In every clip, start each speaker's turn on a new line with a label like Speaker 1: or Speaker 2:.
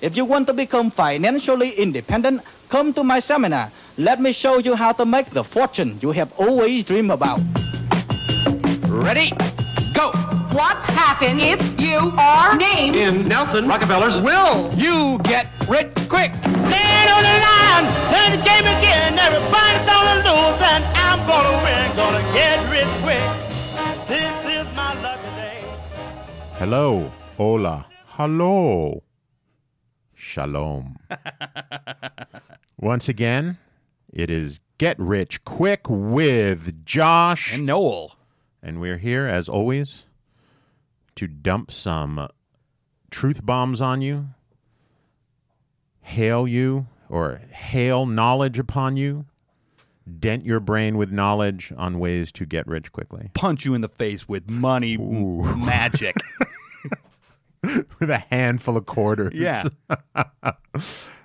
Speaker 1: If you want to become financially independent, come to my seminar. Let me show you how to make the fortune you have always dreamed about.
Speaker 2: Ready? Go!
Speaker 3: What happens if you are named
Speaker 2: In Nelson Rockefeller's will you get rich quick?
Speaker 4: Man on the line, play the game again. Everybody's gonna lose, and I'm gonna win. Gonna get rich quick. This is my lucky day.
Speaker 5: Hello, hola, hello, shalom. Once again, it is Get Rich Quick with Josh.
Speaker 2: And Noel.
Speaker 5: And we're here, as always, to dump some truth bombs on you, hail you, or hail knowledge upon you, dent your brain with knowledge on ways to get rich quickly.
Speaker 2: Punch you in the face with money m- magic.
Speaker 5: with a handful of quarters.
Speaker 2: Yeah.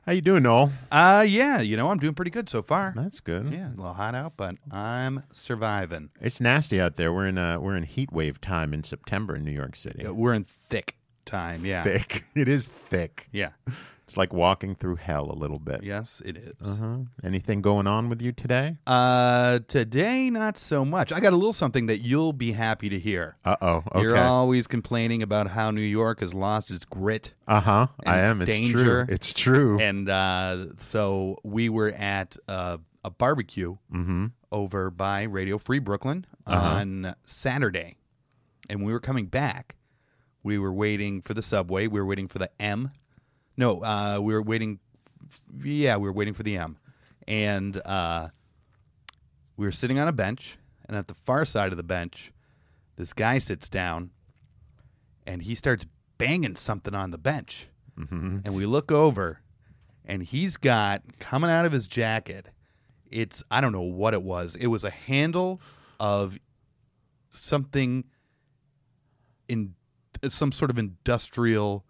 Speaker 5: How you doing, Noel?
Speaker 2: uh, yeah, you know, I'm doing pretty good so far.
Speaker 5: That's good.
Speaker 2: Yeah, a little hot out, but I'm surviving.
Speaker 5: It's nasty out there. We're in uh we're in heat wave time in September in New York City.
Speaker 2: Yeah, We're in thick time. Yeah.
Speaker 5: Thick. It is thick.
Speaker 2: Yeah.
Speaker 5: It's like walking through hell a little bit.
Speaker 2: Yes, it is.
Speaker 5: Uh-huh. Anything going on with you today?
Speaker 2: Uh, today, not so much. I got a little something that you'll be happy to hear.
Speaker 5: Uh oh.
Speaker 2: You're
Speaker 5: Okay.
Speaker 2: always complaining about how New York has lost its grit.
Speaker 5: Uh huh.
Speaker 2: and
Speaker 5: I
Speaker 2: it's
Speaker 5: am. It's
Speaker 2: danger.
Speaker 5: true. It's true.
Speaker 2: And uh, so we were at uh, a barbecue over by Radio Free Brooklyn on Saturday. And we were coming back. We were waiting for the subway. We were waiting for the M. No, uh, we were waiting. Yeah, we were waiting for the M. And uh, we were sitting on a bench. And at the far side of the bench, this guy sits down and he starts banging something on the bench. And we look over, and he's got coming out of his jacket. It's I don't know what it was. It was a handle of something in some sort of industrial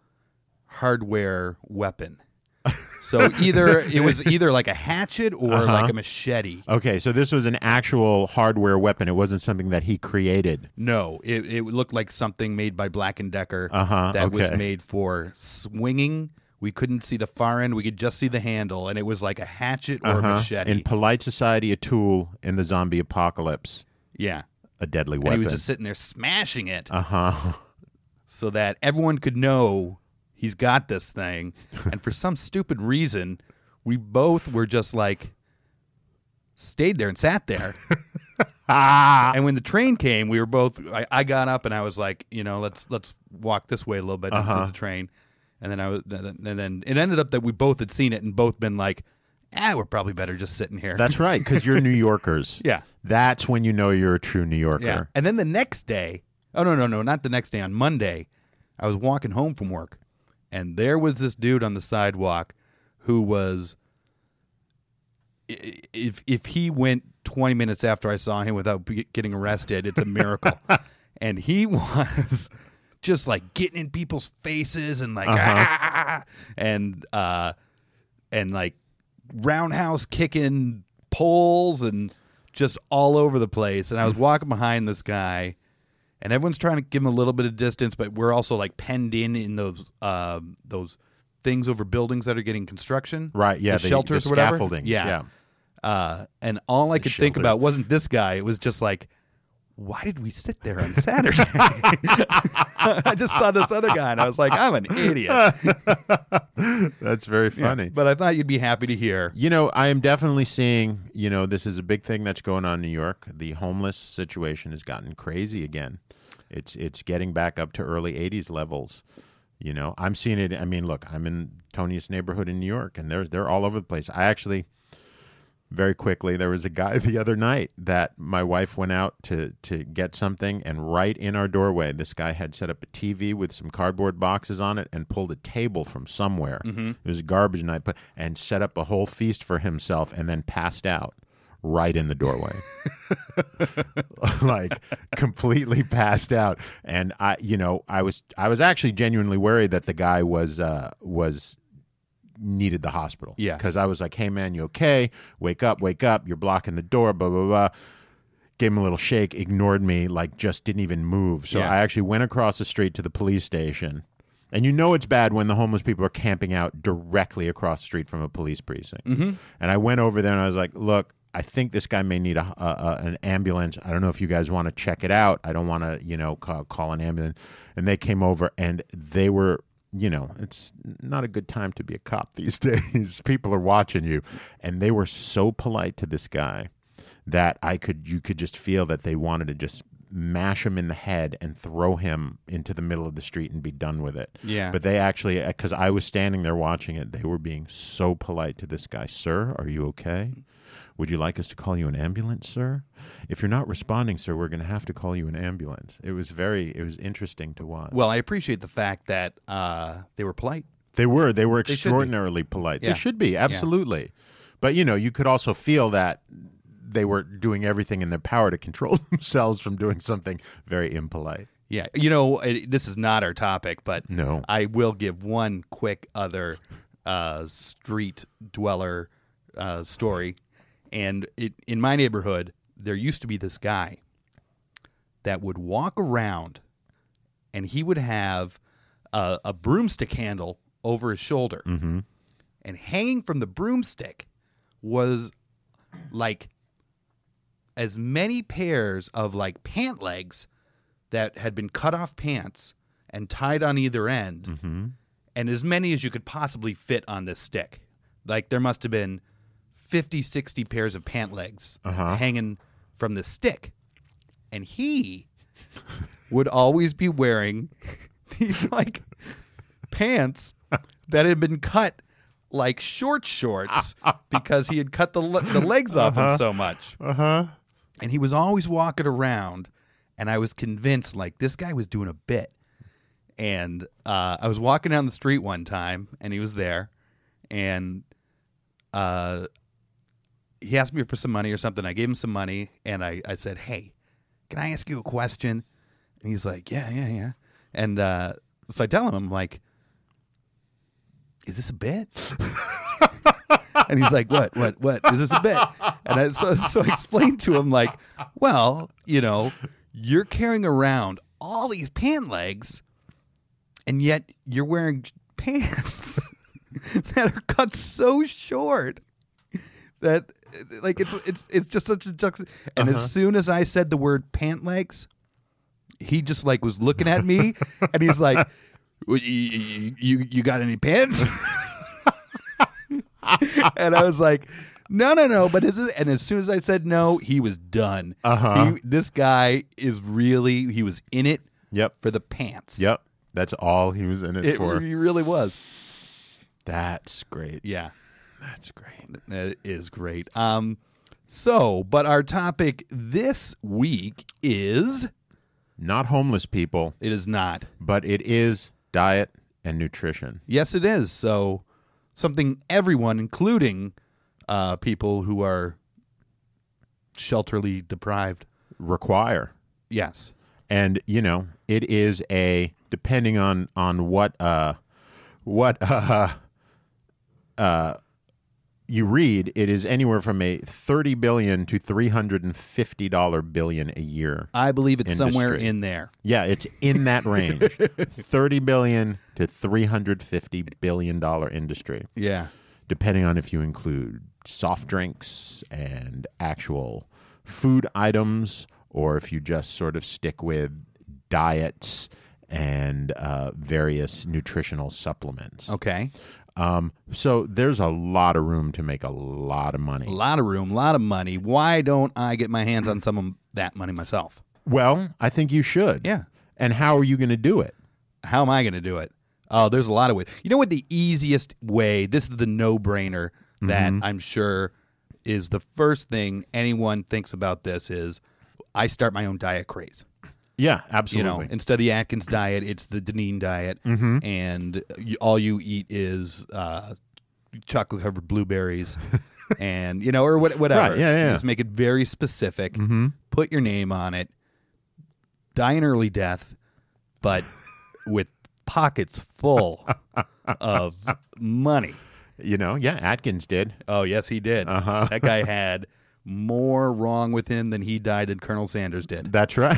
Speaker 2: hardware weapon. So either it was either like a hatchet or
Speaker 5: Uh-huh.
Speaker 2: like a machete.
Speaker 5: okay. So this was an actual hardware weapon. It wasn't something that he created.
Speaker 2: No, it, it looked like something made by Black and Decker
Speaker 5: Uh-huh,
Speaker 2: that was
Speaker 5: okay.
Speaker 2: made for swinging. We couldn't see the far end; we could just see the handle, and it was like a hatchet or a
Speaker 5: Uh-huh.
Speaker 2: machete.
Speaker 5: In polite society, a tool. In the zombie apocalypse,
Speaker 2: yeah,
Speaker 5: a deadly
Speaker 2: and
Speaker 5: weapon.
Speaker 2: he was just sitting there smashing it
Speaker 5: Uh huh.
Speaker 2: so that everyone could know he's got this thing. and for some stupid reason, we both were just like stayed there and sat there. and when the train came, we were both. I, I got up and I was like, you know, let's let's walk this way a little bit
Speaker 5: Uh-huh.
Speaker 2: to the train. And then I was, and then it ended up that we both had seen it and both been like, ah, we're probably better just sitting here.
Speaker 5: That's right. Because you're New Yorkers.
Speaker 2: Yeah.
Speaker 5: That's when you know you're a true New Yorker.
Speaker 2: Yeah. And then the next day, oh no, no, no, not the next day. On Monday, I was walking home from work, and there was this dude on the sidewalk who was i- i- if if he went 20 minutes after I saw him without be- getting arrested, it's a miracle. and he was just like getting in people's faces and like "Ah!" and uh and like roundhouse kicking poles and just all over the place. And I was walking behind this guy, and everyone's trying to give him a little bit of distance, but we're also like penned in in those um, those things over buildings that are getting construction,
Speaker 5: Right. Yeah.
Speaker 2: the, shelters
Speaker 5: the
Speaker 2: or whatever,
Speaker 5: Scaffolding.
Speaker 2: Uh, and all I could think
Speaker 5: shelter.
Speaker 2: about wasn't this guy. It was just like. Why did we sit there on Saturday? I just saw this other guy and I was like, I'm an idiot.
Speaker 5: That's very funny.
Speaker 2: But I thought you'd be happy to hear.
Speaker 5: You know, I am definitely seeing, you know, this is a big thing that's going on in New York. The homeless situation has gotten crazy again. It's it's getting back up to early 80s levels. You know, I'm seeing it. I mean, look, I'm in Tony's neighborhood in New York and they're they're all over the place. I actually very quickly there was a guy the other night that my wife went out to to get something and right in our doorway this guy had set up a tv with some cardboard boxes on it and pulled a table from somewhere it was a garbage night but and set up a whole feast for himself and then passed out right in the doorway like completely passed out and i you know i was i was actually genuinely worried that the guy was uh was needed the hospital
Speaker 2: Yeah.
Speaker 5: because i was like hey man you okay wake up wake up you're blocking the door blah blah blah gave him a little shake ignored me like just didn't even move so
Speaker 2: Yeah.
Speaker 5: i actually went across the street to the police station And you know it's bad when the homeless people are camping out directly across the street from a police precinct. And I went over there and I was like, look, I think this guy may need a, a, a- an ambulance. I don't know if you guys want to check it out. I don't want to, you know, call, call an ambulance. And they came over and they were, you know, it's not a good time to be a cop these days. People are watching you. And they were so polite to this guy that I could you could just feel that they wanted to just mash him in the head and throw him into the middle of the street and be done with it.
Speaker 2: Yeah.
Speaker 5: But they actually cuz I was standing there watching it, they were being so polite to this guy, "Sir, are you okay? Would you like us to call you an ambulance, sir? If you're not responding, sir, we're going to have to call you an ambulance." It was very it was interesting to watch.
Speaker 2: Well, I appreciate the fact that uh, they were polite.
Speaker 5: They were. They were
Speaker 2: should be.
Speaker 5: extraordinarily polite.
Speaker 2: Yeah.
Speaker 5: They should be absolutely. But you know, you could also feel that they were doing everything in their power to control themselves from doing something very impolite.
Speaker 2: Yeah, you know, it, this is not our topic, but
Speaker 5: No.
Speaker 2: I will give one quick other uh, street dweller uh, story, and it in my neighborhood there used to be this guy that would walk around, and he would have a, a broomstick handle over his shoulder, and hanging from the broomstick was like as many pairs of like pant legs that had been cut off pants and tied on either end, and as many as you could possibly fit on this stick. Like there must have been 50, 60 pairs of pant legs hanging from this stick. And he would always be wearing these like pants that had been cut like short shorts because he had cut the, le- the legs off him so much and he was always walking around and i was convinced like this guy was doing a bit and uh, i was walking down the street one time and he was there and uh, he asked me for some money or something i gave him some money and I, I said hey can i ask you a question and he's like yeah yeah yeah and uh, so i tell him i'm like is this a bit and he's like, "What? What? What? Is this a bit?" And I, so, so I explained to him, like, "Well, you know, you're carrying around all these pant legs, and yet you're wearing pants that are cut so short that, like, it's it's it's just such a juxt." And
Speaker 5: Uh-huh.
Speaker 2: as soon as I said the word pant legs, he just like was looking at me, and he's like, "You you, you- you got any pants?" and I was like, no, no, no. But is this, and as soon as I said no, he was done.
Speaker 5: Uh-huh.
Speaker 2: He- This guy is really he was in it
Speaker 5: Yep.
Speaker 2: for the pants.
Speaker 5: Yep. That's all he was in it,
Speaker 2: it,
Speaker 5: for.
Speaker 2: he really was.
Speaker 5: That's great.
Speaker 2: Yeah,
Speaker 5: That's great.
Speaker 2: that is great. Um, so, but our topic this week is
Speaker 5: Not homeless people,
Speaker 2: it is not.
Speaker 5: but it is diet and nutrition.
Speaker 2: Yes, it is. So, something everyone, including uh, people who are shelterly deprived.
Speaker 5: Require
Speaker 2: Yes.
Speaker 5: and you know it is a depending on on what uh what uh uh you read it is anywhere from a 30 billion to 350 dollar billion a year
Speaker 2: I believe it's somewhere
Speaker 5: Industry.
Speaker 2: in there.
Speaker 5: yeah it's in that range 30 billion to 350 billion dollar industry
Speaker 2: Yeah.
Speaker 5: depending on if you include soft drinks and actual food items, or if you just sort of stick with diets and uh, various nutritional supplements.
Speaker 2: Okay.
Speaker 5: Um, so there's a lot of room to make a lot of
Speaker 2: A
Speaker 5: money.
Speaker 2: lot of room, a lot of money. Why don't I get my hands on some of that money myself?
Speaker 5: Well, I think you should.
Speaker 2: Yeah.
Speaker 5: And how are you going to do it?
Speaker 2: How am I going to do it? Oh, there's a lot of ways. You know what? The easiest way, this is the no brainer that I'm sure is the first thing anyone thinks about this is I start my own diet craze.
Speaker 5: Yeah,
Speaker 2: You
Speaker 5: absolutely. Mm-hmm.
Speaker 2: know, instead of the Atkins diet, it's the Deneen diet. And you, all you eat is uh, chocolate covered blueberries and, you know, or what, whatever.
Speaker 5: Right, yeah, yeah, Mm-hmm. yeah.
Speaker 2: Just make it very specific. Put your name on it. Die an early death, but with pockets full of money.
Speaker 5: you know, yeah, Atkins did.
Speaker 2: Oh, yes, he did. Uh-huh. That guy had more wrong with him than he died and Colonel Sanders did.
Speaker 5: That's right.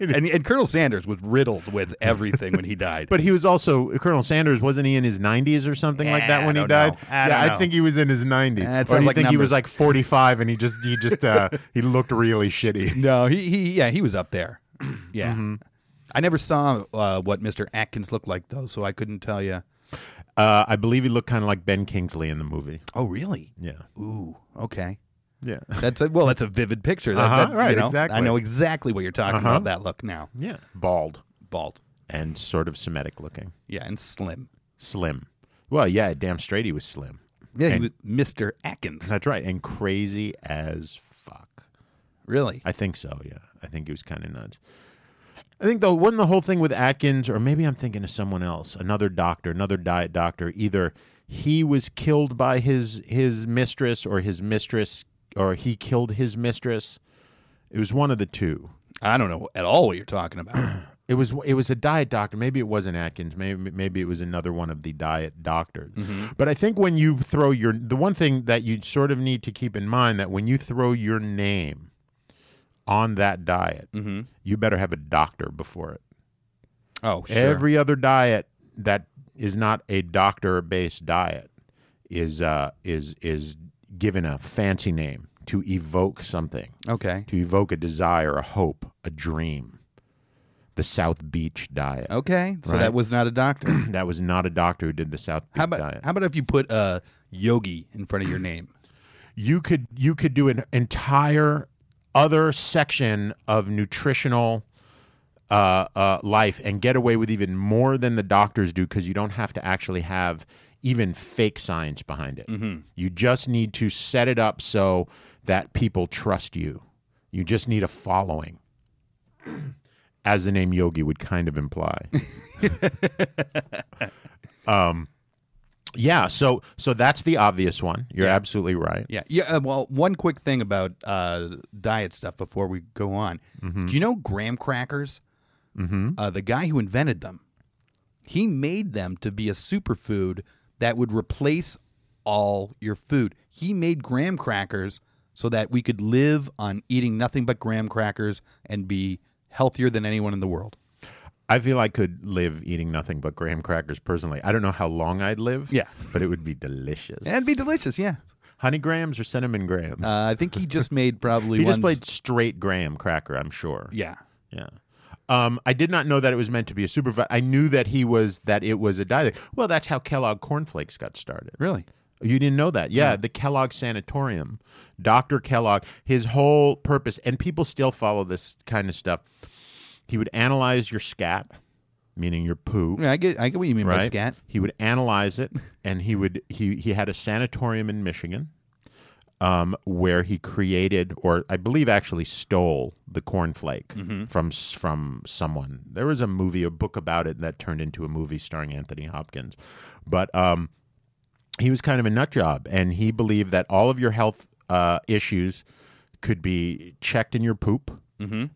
Speaker 2: and, and Colonel Sanders was riddled with everything when he died.
Speaker 5: But he was also Colonel Sanders, wasn't he in his 90s or something like
Speaker 2: Yeah,
Speaker 5: that
Speaker 2: I
Speaker 5: when he
Speaker 2: don't know.
Speaker 5: died?
Speaker 2: I
Speaker 5: yeah,
Speaker 2: don't
Speaker 5: I
Speaker 2: know.
Speaker 5: think he was in his 90s.
Speaker 2: Eh,
Speaker 5: or do
Speaker 2: it sounds
Speaker 5: you
Speaker 2: like
Speaker 5: think he was
Speaker 2: numbers.
Speaker 5: like 45 and he just he just uh he looked really shitty.
Speaker 2: no, he, he yeah he was up there. Yeah,
Speaker 5: Mm-hmm.
Speaker 2: I never saw uh, what Mister Atkins looked like though, so I couldn't tell you.
Speaker 5: Uh I believe he looked kind of like Ben Kingsley in the movie.
Speaker 2: Oh really?
Speaker 5: Yeah.
Speaker 2: Ooh. Okay.
Speaker 5: Yeah.
Speaker 2: That's a, well. That's a vivid picture. That,
Speaker 5: Uh-huh,
Speaker 2: that, you
Speaker 5: right,
Speaker 2: know,
Speaker 5: exactly.
Speaker 2: I know exactly what you're talking
Speaker 5: Uh-huh.
Speaker 2: about. That look now,
Speaker 5: Yeah. Bald
Speaker 2: bald.
Speaker 5: and sort of Semitic looking.
Speaker 2: Yeah, and slim.
Speaker 5: Slim. Well, yeah, damn straight he was slim.
Speaker 2: Yeah, he
Speaker 5: And-
Speaker 2: was Mister Atkins.
Speaker 5: That's right. And crazy as fuck.
Speaker 2: Really?
Speaker 5: I think so. Yeah, I think he was kind of nuts. I think though, wasn't the whole thing with Atkins, or maybe I'm thinking of someone else, another doctor, another diet doctor. Either he was killed by his his mistress, or his mistress, or he killed his mistress. It was one of the two.
Speaker 2: I don't know at all what you're talking about.
Speaker 5: It was it was a diet doctor. Maybe it wasn't Atkins. Maybe maybe it was another one of the diet doctors. But I think when you throw your the one thing that you sort of need to keep in mind that when you throw your name on that diet, you better have a doctor before it.
Speaker 2: oh, sure.
Speaker 5: Every other diet that is not a doctor based diet is uh is is given a fancy name to evoke something
Speaker 2: okay.
Speaker 5: to evoke a desire, a hope, a dream. The South Beach diet.
Speaker 2: Okay. So
Speaker 5: Right.
Speaker 2: that was not a doctor.
Speaker 5: That was not a doctor who did the South Beach
Speaker 2: How about
Speaker 5: diet.
Speaker 2: how about if you put uh, yogi in front of your name?
Speaker 5: you could you could do an entire other section of nutritional uh, uh, life and get away with even more than the doctors do because you don't have to actually have even fake science behind it. You just need to set it up so that people trust you. You just need a following, as the name Yogi would kind of imply. Um, yeah, so so that's the obvious one. You're absolutely right.
Speaker 2: Yeah. Yeah. Uh, well, one quick thing about uh, diet stuff before we go on. Do you know graham crackers? Mm-hmm. Uh, the guy who invented them, he made them to be a superfood that would replace all your food. He made graham crackers so that we could live on eating nothing but graham crackers and be healthier than anyone in the world.
Speaker 5: I feel I could live eating nothing but graham crackers personally. I don't know how long I'd live.
Speaker 2: Yeah.
Speaker 5: But it would be delicious.
Speaker 2: That'd be delicious. Yeah.
Speaker 5: honey grams or cinnamon grams.
Speaker 2: Uh, I think he just made probably
Speaker 5: he just
Speaker 2: ones-
Speaker 5: played straight graham cracker, I'm sure.
Speaker 2: Yeah.
Speaker 5: Yeah. Um, I did not know that it was meant to be a superfood. I knew that he was that it was a diet. Well, that's how Kellogg cornflakes got started.
Speaker 2: Really?
Speaker 5: You didn't know that. Yeah, the Kellogg Sanatorium. Dr. Kellogg, his whole purpose, and people still follow this kind of stuff. He would analyze your scat, meaning your poo.
Speaker 2: Yeah, I get. I get what you mean by
Speaker 5: right?
Speaker 2: scat.
Speaker 5: He would analyze it, and he would he he had a sanatorium in Michigan, um, where he created or I believe actually stole the cornflake from s- from someone. There was a movie, a book about it that turned into a movie starring Anthony Hopkins, but um, he was kind of a nut job, and he believed that all of your health uh, issues could be checked in your poop.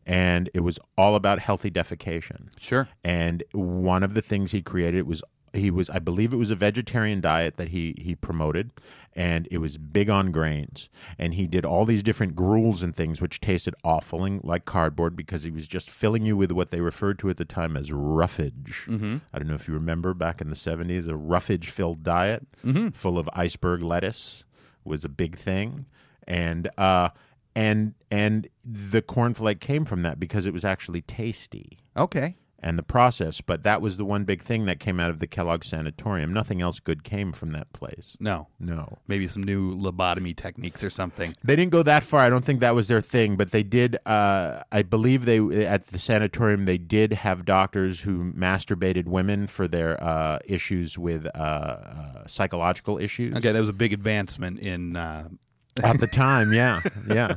Speaker 5: And it was all about healthy defecation
Speaker 2: Sure.
Speaker 5: and one of the things he created was he was I believe it was a vegetarian diet that he he promoted and it was big on grains and he did all these different gruels and things which tasted awful and like cardboard because he was just filling you with what they referred to at the time as roughage. I don't know if you remember back in the 70s a roughage filled diet full of iceberg lettuce was a big thing and uh and and the cornflake came from that because it was actually tasty
Speaker 2: Okay.
Speaker 5: and the process, but that was the one big thing that came out of the Kellogg Sanatorium. Nothing else good came from that place.
Speaker 2: No.
Speaker 5: No.
Speaker 2: Maybe some new lobotomy techniques or something.
Speaker 5: They didn't go that far. I don't think that was their thing, but they did. Uh, I believe they at the sanatorium they did have doctors who masturbated women for their uh, issues with uh, uh, psychological issues.
Speaker 2: Okay, that was a big advancement in. Uh,
Speaker 5: At the time, yeah, yeah.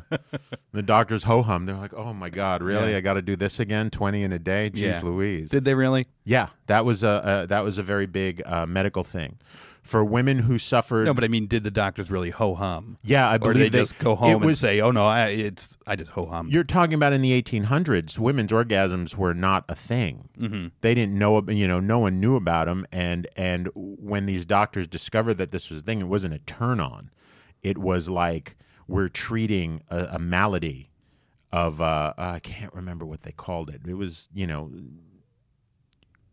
Speaker 5: the doctors ho hum. They're like, "Oh my God, really?
Speaker 2: Yeah.
Speaker 5: I got to do this again? Twenty in a day? Jeez,
Speaker 2: yeah.
Speaker 5: Louise!"
Speaker 2: Did they really?
Speaker 5: Yeah, that was a uh, that was a very big uh, medical thing for women who suffered.
Speaker 2: No, but I mean, did the doctors really ho hum?
Speaker 5: yeah, I
Speaker 2: Or
Speaker 5: believe
Speaker 2: did they, just go
Speaker 5: It
Speaker 2: home and
Speaker 5: was.
Speaker 2: say, "Oh no, I it's I just ho hum."
Speaker 5: you're talking about in the 1800s, women's orgasms were not a thing.
Speaker 2: Mm-hmm.
Speaker 5: They didn't know, ab- you know, no one knew about them, and and when these doctors discovered that this was a thing, it wasn't a turn on. It was like we're treating a, a malady of uh, I can't remember what they called it. It was you know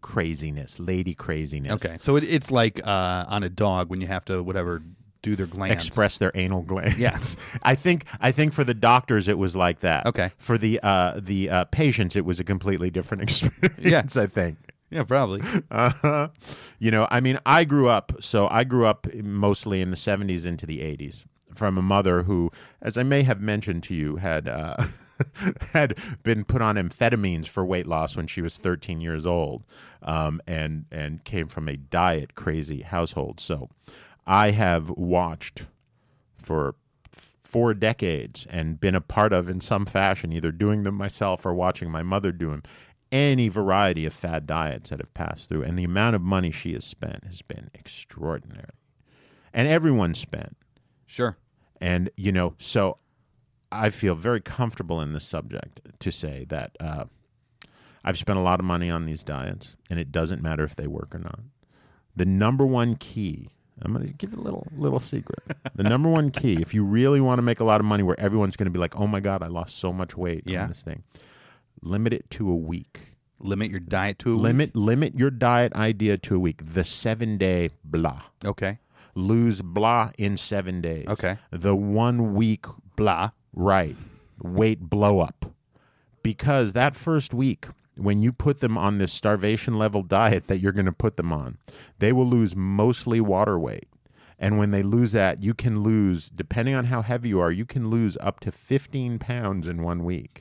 Speaker 5: craziness, lady craziness.
Speaker 2: Okay, so it, it's like uh, on a dog when you have to whatever do their glands.
Speaker 5: express their anal glands.
Speaker 2: Yes.
Speaker 5: I think I think for the doctors it was like that.
Speaker 2: Okay.
Speaker 5: For the uh, the uh, patients it was a completely different experience. I think.
Speaker 2: Yeah, probably.
Speaker 5: Uh-huh. You know, I mean, I grew up, so I grew up mostly in the 70s into the 80s from a mother who, as I may have mentioned to you, had uh, had been put on amphetamines for weight loss when she was 13 years old, um, and and came from a diet crazy household. So, I have watched for four decades and been a part of in some fashion, either doing them myself or watching my mother do them, any variety of fad diets that have passed through. And the amount of money she has spent has been extraordinary. And everyone spent.
Speaker 2: Sure.
Speaker 5: And, you know, so I feel very comfortable in this subject to say that uh, I've spent a lot of money on these diets, and it doesn't matter if they work or not. The number one key, I'm going to give a little little secret. the number one key, if you really want to make a lot of money where everyone's going to be like, oh my God, I lost so much weight
Speaker 2: Yeah.
Speaker 5: on this thing, limit it to a week.
Speaker 2: Limit your diet to a week.
Speaker 5: Limit, limit your diet idea to a week, the seven day blah
Speaker 2: Okay.
Speaker 5: lose blah in seven days.
Speaker 2: Okay.
Speaker 5: The one week
Speaker 2: Blah.
Speaker 5: right weight blow up. Because that first week, when you put them on this starvation level diet that you're going to put them on, they will lose mostly water weight. And when they lose that, you can lose, depending on how heavy you are, you can lose up to 15 pounds in one week.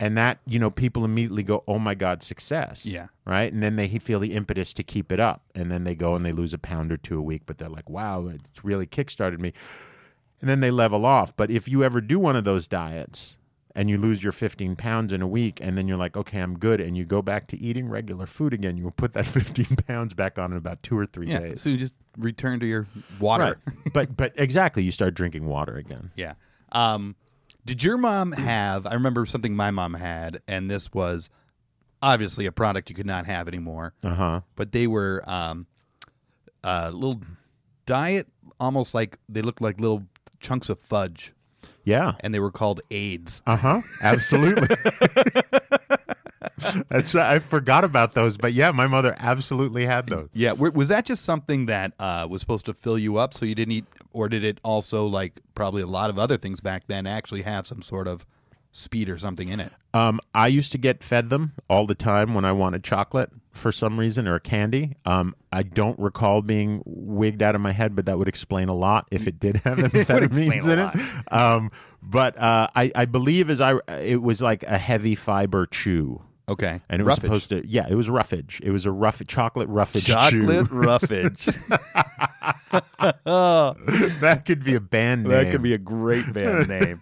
Speaker 5: And that, you know, people immediately go, oh my God, success.
Speaker 2: Yeah.
Speaker 5: Right. And then they feel the impetus to keep it up. And then they go and they lose a pound or two a week, but they're like, wow, it's really kickstarted me and then they level off. But if you ever do one of those diets and you lose your 15 pounds in a week, and then you're like, okay, I'm good, and you go back to eating regular food again, you will put that 15 pounds back on in about two or three
Speaker 2: Yeah.
Speaker 5: days.
Speaker 2: So you just return to your water.
Speaker 5: Right. but but exactly, you start drinking water again.
Speaker 2: Yeah. Um, did your mom have? I remember something my mom had, and this was obviously a product you could not have anymore. Uh
Speaker 5: Uh-huh.
Speaker 2: huh. But they were um, uh, little diet, almost like they looked like little chunks of fudge,
Speaker 5: Yeah.
Speaker 2: and they were called AIDS.
Speaker 5: Uh huh. Absolutely. That's right. I forgot about those, but yeah, my mother absolutely had those.
Speaker 2: Yeah, w- was that just something that uh, was supposed to fill you up so you didn't eat, or did it also, like probably a lot of other things back then, actually have some sort of speed or something in it?
Speaker 5: Um, I used to get fed them all the time when I wanted chocolate for some reason or candy. Um, I don't recall being wigged out of my head, but that would explain a lot if it did have amphetamines
Speaker 2: a
Speaker 5: in it. Um, but uh, I, I believe as I it was like a heavy fiber chew,
Speaker 2: Okay,
Speaker 5: and it
Speaker 2: roughage.
Speaker 5: was supposed to yeah, it was roughage. It was a rough chocolate roughage
Speaker 2: chocolate
Speaker 5: chew.
Speaker 2: roughage.
Speaker 5: that could be a band name.
Speaker 2: That could be a great band name.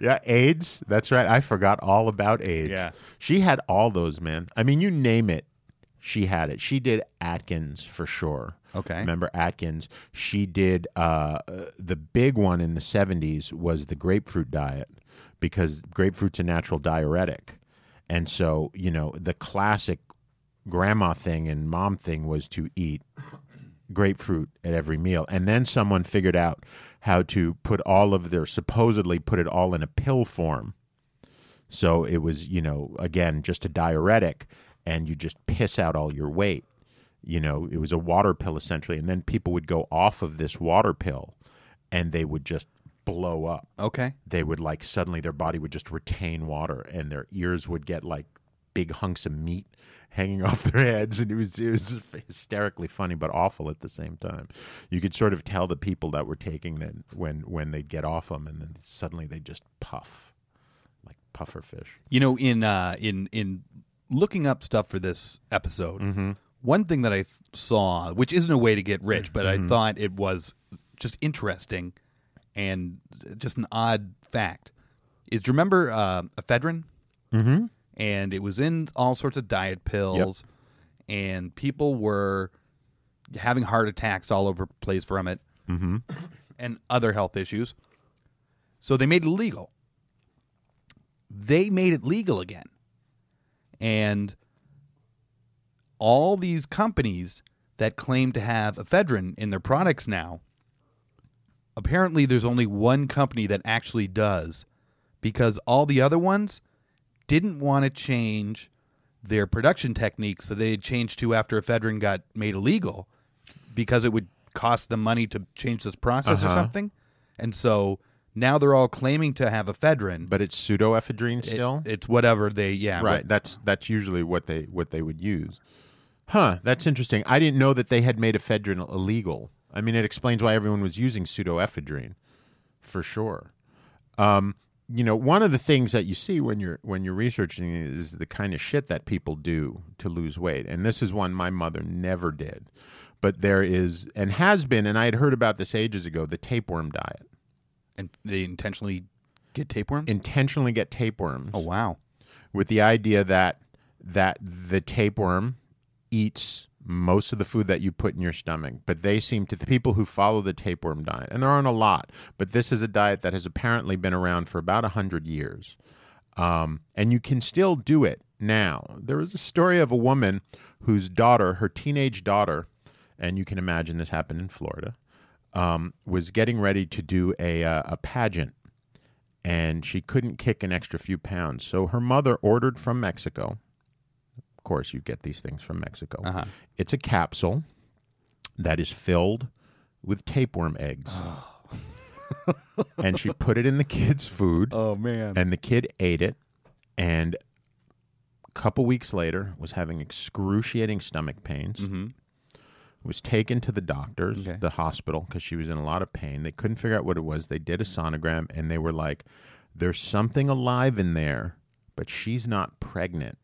Speaker 5: Yeah, AIDS. That's right. I forgot all about AIDS.
Speaker 2: Yeah.
Speaker 5: She had all those, man. I mean, you name it, she had it. She did Atkins for sure.
Speaker 2: Okay.
Speaker 5: Remember Atkins? She did uh, uh, the big one in the 70s was the grapefruit diet because grapefruit's a natural diuretic. And so, you know, the classic grandma thing and mom thing was to eat grapefruit at every meal. And then someone figured out how to put all of their supposedly put it all in a pill form. So it was, you know, again, just a diuretic and you just piss out all your weight. You know, it was a water pill essentially. And then people would go off of this water pill and they would just blow up
Speaker 2: okay.
Speaker 5: they would like suddenly their body would just retain water and their ears would get like big hunks of meat hanging off their heads and it was it was hysterically funny but awful at the same time you could sort of tell the people that were taking them when when they'd get off them and then suddenly they just puff like puffer fish
Speaker 2: You know, in uh, in in looking up stuff for this episode, one thing that I th- saw, which isn't a way to get rich, but I thought it was just interesting and just an odd fact, is do you remember uh, ephedrine? Mm-hmm. And it was in all sorts of diet pills, and people were having heart attacks all over the place from it, and other health issues. So they made it legal. They made it legal again. And all these companies that claim to have ephedrine in their products now, Apparently, there's only one company that actually does because all the other ones didn't want to change their production techniques that they had changed to after ephedrine got made illegal because it would cost them money to change this process or something. And so now they're all claiming to have ephedrine.
Speaker 5: but it's pseudoephedrine
Speaker 2: It-
Speaker 5: still.
Speaker 2: it's whatever they, yeah.
Speaker 5: right. That's that's usually what they what they would use. Huh. That's interesting. I didn't know that they had made ephedrine illegal. I mean, it explains why everyone was using pseudoephedrine, for sure. Um, you know, one of the things that you see when you're when you're researching is the kind of shit that people do to lose weight, and this is one my mother never did. But there is and has been, and I had heard about this ages ago, the tapeworm diet.
Speaker 2: And they intentionally get tapeworms?
Speaker 5: Intentionally get tapeworms.
Speaker 2: oh, wow.
Speaker 5: with the idea that that the tapeworm eats most of the food that you put in your stomach but they seem to the people who follow the tapeworm diet and there aren't a lot but this is a diet that has apparently been around for about 100 years um, and you can still do it now there is a story of a woman whose daughter her teenage daughter and you can imagine this happened in florida um, was getting ready to do a, uh, a pageant and she couldn't kick an extra few pounds. So her mother ordered from Mexico. Of course, you get these things from Mexico. It's a capsule that is filled with tapeworm eggs. and she put it in the kid's food,
Speaker 2: Oh, man.
Speaker 5: and the kid ate it. And a couple weeks later, was having excruciating stomach pains. Was taken to the doctors,
Speaker 2: Mm-hmm. Okay.
Speaker 5: the hospital, because she was in a lot of pain. They couldn't figure out what it was. They did a sonogram, and they were like, "There's something alive in there, but she's not pregnant."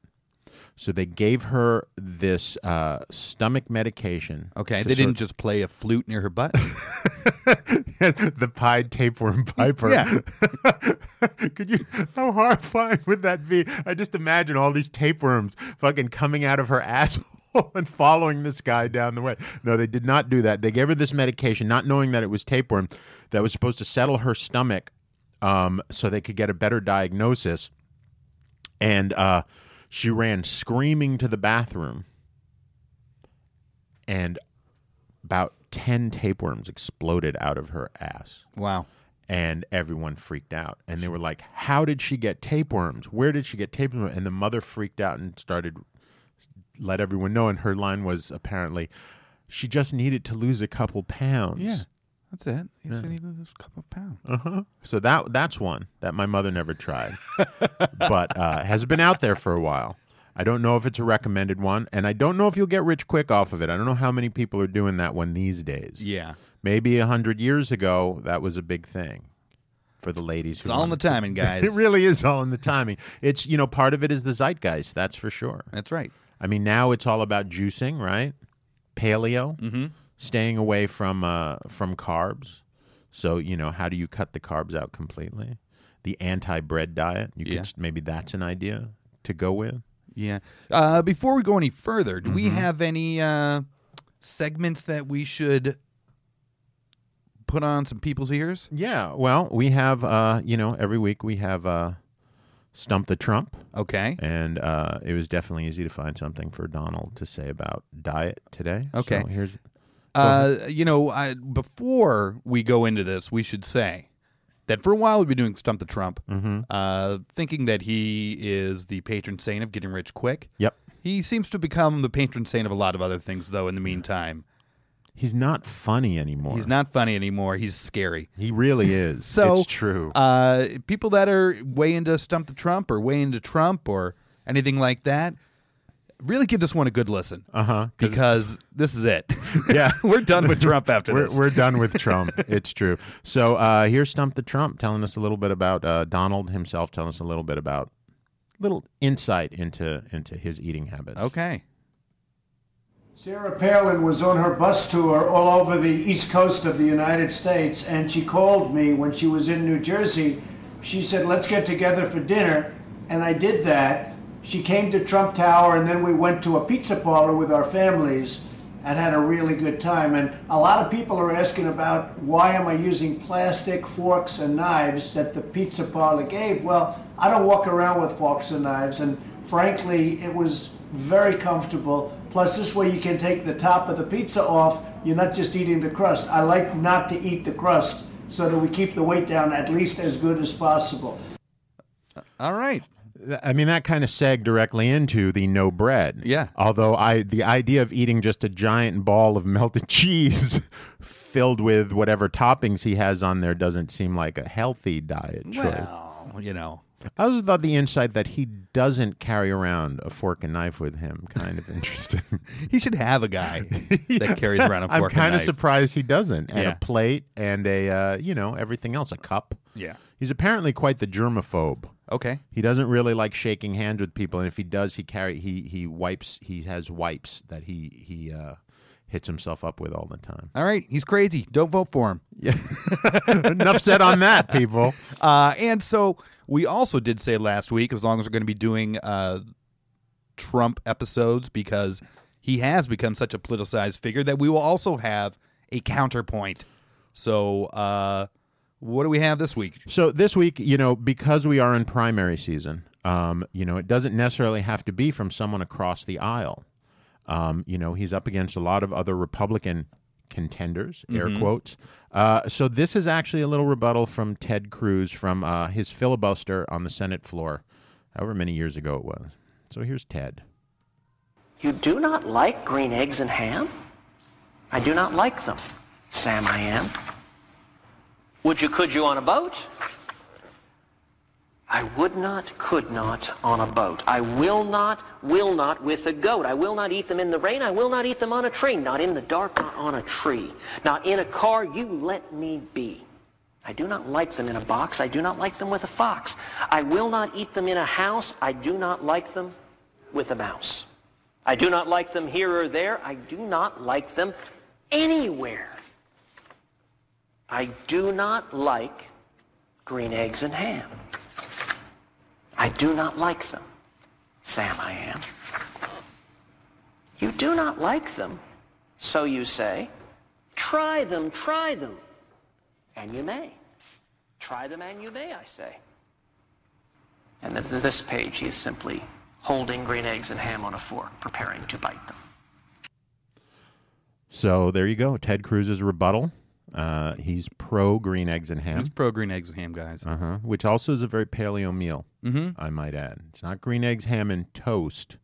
Speaker 5: So they gave her this uh, stomach medication.
Speaker 2: Okay,
Speaker 5: to
Speaker 2: they
Speaker 5: sort
Speaker 2: didn't just play a flute near her butt.
Speaker 5: the pied tapeworm piper.
Speaker 2: Yeah.
Speaker 5: Could you? How horrifying would that be? I just imagine all these tapeworms fucking coming out of her asshole and following this guy down the way. No, they did not do that. They gave her this medication, not knowing that it was tapeworm, that was supposed to settle her stomach, um, so they could get a better diagnosis. And uh, she ran screaming to the bathroom, and about ten tapeworms exploded out of her ass
Speaker 2: wow.
Speaker 5: and everyone freaked out and they were like how did she get tapeworms where did she get tapeworms and the mother freaked out and started let everyone know and her line was apparently she just needed to lose a couple pounds
Speaker 2: Yeah, that's it. He said he loses a couple pounds.
Speaker 5: so that that's one that my mother never tried but uh, has been out there for a while i don't know if it's a recommended one and i don't know if you'll get rich quick off of it i don't know how many people are doing that one these days
Speaker 2: Yeah,
Speaker 5: maybe a hundred years ago that was a big thing for the ladies
Speaker 2: it's all in the timing,
Speaker 5: It
Speaker 2: guys.
Speaker 5: really is all in the timing. It's you know part of it is the zeitgeist, that's for sure.
Speaker 2: that's right.
Speaker 5: I mean now it's all about juicing, right? Paleo,
Speaker 2: Mm-hmm.
Speaker 5: staying away from uh, from carbs. So you know how do you cut the carbs out completely? The anti-bread diet. You
Speaker 2: Yeah.
Speaker 5: could maybe that's an idea to go with.
Speaker 2: Yeah. Uh, before we go any further, do we have any uh, segments that we should put on some people's ears?
Speaker 5: Yeah. Well, we have uh, you know every week we have uh, stump the Trump.
Speaker 2: Okay.
Speaker 5: And uh, it was definitely easy to find something for Donald to say about diet today.
Speaker 2: Okay.
Speaker 5: So here's
Speaker 2: Uh, you know, I, before we go into this, we should say that for a while we've been doing Stump the Trump,
Speaker 5: Mm-hmm.
Speaker 2: uh, thinking that he is the patron saint of getting rich quick.
Speaker 5: Yep.
Speaker 2: He seems to become the patron saint of a lot of other things, though, in the meantime.
Speaker 5: He's not funny anymore.
Speaker 2: He's not funny anymore. He's scary.
Speaker 5: He really is.
Speaker 2: So
Speaker 5: it's true.
Speaker 2: Uh, people that are way into stump the Trump or way into Trump or anything like that, really give this one a good listen. Uh huh. Because this is it.
Speaker 5: Uh-huh. yeah,
Speaker 2: we're done with Trump after
Speaker 5: we're,
Speaker 2: this.
Speaker 5: we're done with Trump. it's true. So uh, here's Stump the Trump telling us a little bit about uh, Donald himself. Telling us a little bit about little insight into into his eating habits.
Speaker 2: okay.
Speaker 6: Sarah Palin was on her bus tour all over the east coast of the United States, and she called me when she was in New Jersey. She said, Let's get together for dinner. And I did that. She came to Trump Tower, and then we went to a pizza parlor with our families and had a really good time. And a lot of people are asking about why am I using plastic forks and knives that the pizza parlor gave? Well, I don't walk around with forks and knives, and frankly, it was very comfortable. Plus, this way you can take the top of the pizza off. You're not just eating the crust. I like not to eat the crust so that we keep the weight down at least as good as possible.
Speaker 2: All right.
Speaker 5: Th- I mean, that kind of seg directly into the no bread.
Speaker 2: Yeah.
Speaker 5: Although I, the idea of eating just a giant ball of melted cheese filled with whatever toppings he has on there doesn't seem like a healthy diet choice.
Speaker 2: Well, you know.
Speaker 5: I also thought the insight that he doesn't carry around a fork and knife with him kind of interesting.
Speaker 2: He should have a guy that carries around a fork.
Speaker 5: I'm
Speaker 2: and
Speaker 5: kind of
Speaker 2: knife.
Speaker 5: surprised he doesn't, and
Speaker 2: Yeah.
Speaker 5: a plate and a uh, you know everything else, a cup.
Speaker 2: Yeah.
Speaker 5: He's apparently quite the germaphobe.
Speaker 2: Okay.
Speaker 5: He doesn't really like shaking hands with people, and if he does, he carry he he wipes. He has wipes that he he uh, hits himself up with all the time.
Speaker 2: All right. He's crazy. Don't vote for him.
Speaker 5: Enough said on that, people.
Speaker 2: Uh, and so we also did say last week, as long as we're going to be doing uh, Trump episodes, because he has become such a politicized figure that we will also have a counterpoint. So uh, what do we have this week?
Speaker 5: So this week, you know, because we are in primary season, um, you know, it doesn't necessarily have to be from someone across the aisle. Um, you know, he's up against a lot of other Republican contenders, air quotes. Uh, so this is actually a little rebuttal from Ted Cruz from uh, his filibuster on the Senate floor, however many years ago it was. So here's Ted.
Speaker 7: You do not like green eggs and ham? I do not like them. Sam, I am. Would you, could you on a boat? I would not, could not on a boat. I will not, will not with a goat. I will not eat them in the rain. I will not eat them on a tree. Not in the dark, not on a tree. Not in a car. You let me be. I do not like them in a box. I do not like them with a fox. I will not eat them in a house. I do not like them with a mouse. I do not like them here or there. I do not like them anywhere. I do not like green eggs and ham. I do not like them. Sam, I am. You do not like them, so you say. Try them, try them, and you may. Try them and you may, I say. And th- th- this page, he is simply holding green eggs and ham on a fork, preparing to bite them.
Speaker 5: So there you go, Ted Cruz's rebuttal. Uh, he's pro green eggs and ham.
Speaker 2: It's pro green eggs and ham, guys.
Speaker 5: Uh-huh. Which also is a very paleo meal,
Speaker 2: Mm-hmm.
Speaker 5: I might add. It's not green eggs, ham, and toast.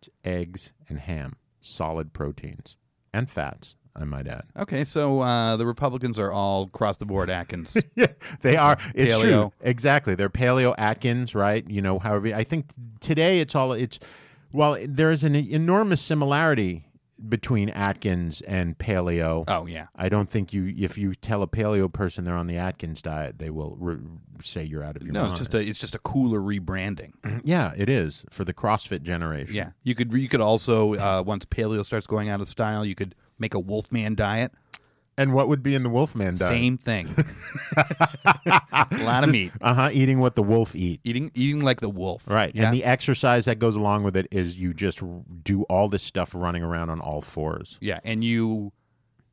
Speaker 5: It's eggs and ham, solid proteins and fats, I might add.
Speaker 2: Okay, so uh, the Republicans are all across the board Atkins.
Speaker 5: They are. It's
Speaker 2: Paleo.
Speaker 5: true. Exactly. They're paleo Atkins, right? You know, however, I think today it's all, it's, well, there is an enormous similarity between Atkins and paleo.
Speaker 2: oh yeah.
Speaker 5: I don't think you, if you tell a paleo person they're on the Atkins diet, they will re- say you're out of your
Speaker 2: No,
Speaker 5: mind.
Speaker 2: it's just a it's just a cooler rebranding.
Speaker 5: Yeah, it is for the CrossFit generation.
Speaker 2: Yeah, you could you could also uh, once paleo starts going out of style, you could make a Wolfman diet.
Speaker 5: And what would be in the Wolfman diet?
Speaker 2: Same thing. a lot of meat.
Speaker 5: Uh huh. Eating what the wolf eat.
Speaker 2: Eating eating like the wolf.
Speaker 5: Right.
Speaker 2: Yeah.
Speaker 5: And the exercise that goes along with it is you just r- do all this stuff running around on all fours.
Speaker 2: yeah, and you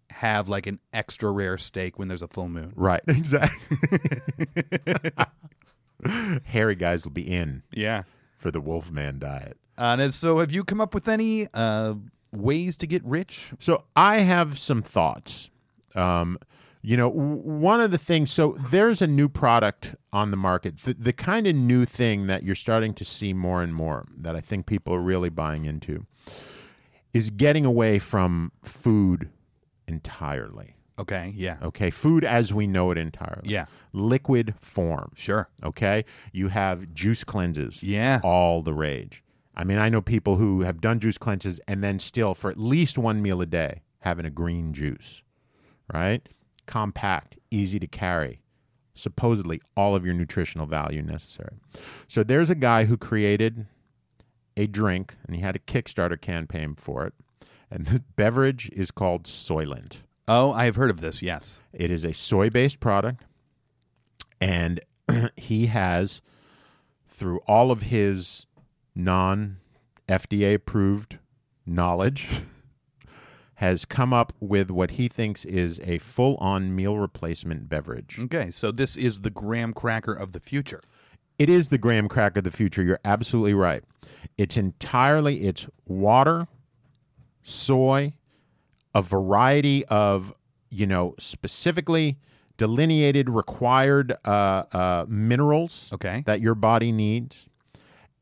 Speaker 2: have like an extra rare steak when there's a full moon.
Speaker 5: Right. Exactly. Hairy guys will be in
Speaker 2: Yeah.
Speaker 5: for the Wolfman diet.
Speaker 2: Uh, and so have you come up with any uh, ways to get rich?
Speaker 5: So I have some thoughts. Um, you know, w- one of the things. So there's a new product on the market. The, the kind of new thing that you're starting to see more and more that I think people are really buying into is getting away from food entirely.
Speaker 2: Okay, yeah.
Speaker 5: Okay, food as we know it entirely.
Speaker 2: Yeah.
Speaker 5: liquid form.
Speaker 2: Sure.
Speaker 5: Okay. You have juice cleanses.
Speaker 2: Yeah.
Speaker 5: All the rage. I mean, I know people who have done juice cleanses and then still, for at least one meal a day, having a green juice, right? Compact, easy to carry, supposedly all of your nutritional value necessary. So there's a guy who created a drink and he had a Kickstarter campaign for it. And the beverage is called Soylent.
Speaker 2: Oh, I have heard of this. Yes.
Speaker 5: It is a soy based product. And he has, through all of his non FDA approved knowledge, has come up with what he thinks is a full on meal replacement beverage.
Speaker 2: Okay, so this is the graham cracker of the future.
Speaker 5: It is the graham cracker of the future. You're absolutely right. It's entirely it's water, soy, a variety of you know specifically delineated required uh, uh, minerals
Speaker 2: Okay.
Speaker 5: that your body needs.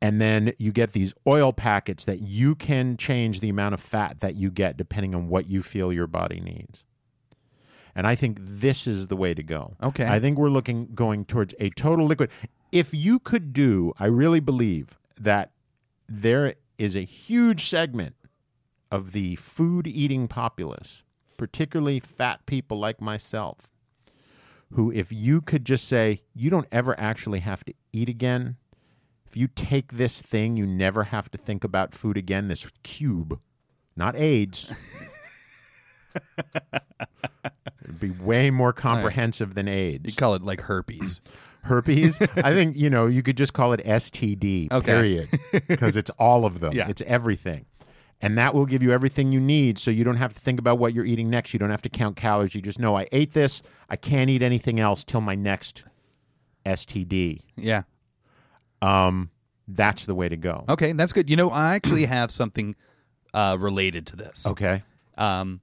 Speaker 5: And then you get these oil packets that you can change the amount of fat that you get depending on what you feel your body needs. And I think this is the way to go.
Speaker 2: Okay.
Speaker 5: I think we're looking going towards a total liquid. If you could do, I really believe that there is a huge segment of the food eating populace, particularly fat people like myself, who, if you could just say, you don't ever actually have to eat again, if you take this thing, you never have to think about food again, this cube, not AIDS. It'd be way more comprehensive than AIDS.
Speaker 2: You call it like herpes.
Speaker 5: herpes. I think you know you could just call it STD.
Speaker 2: Okay.
Speaker 5: Period, because it's all of them.
Speaker 2: Yeah.
Speaker 5: It's everything, and that will give you everything you need. So you don't have to think about what you're eating next. You don't have to count calories. You just know I ate this. I can't eat anything else till my next STD.
Speaker 2: yeah.
Speaker 5: Um, that's the way to go.
Speaker 2: Okay, that's good. You know, I actually have something uh, related to this.
Speaker 5: Okay.
Speaker 2: Um,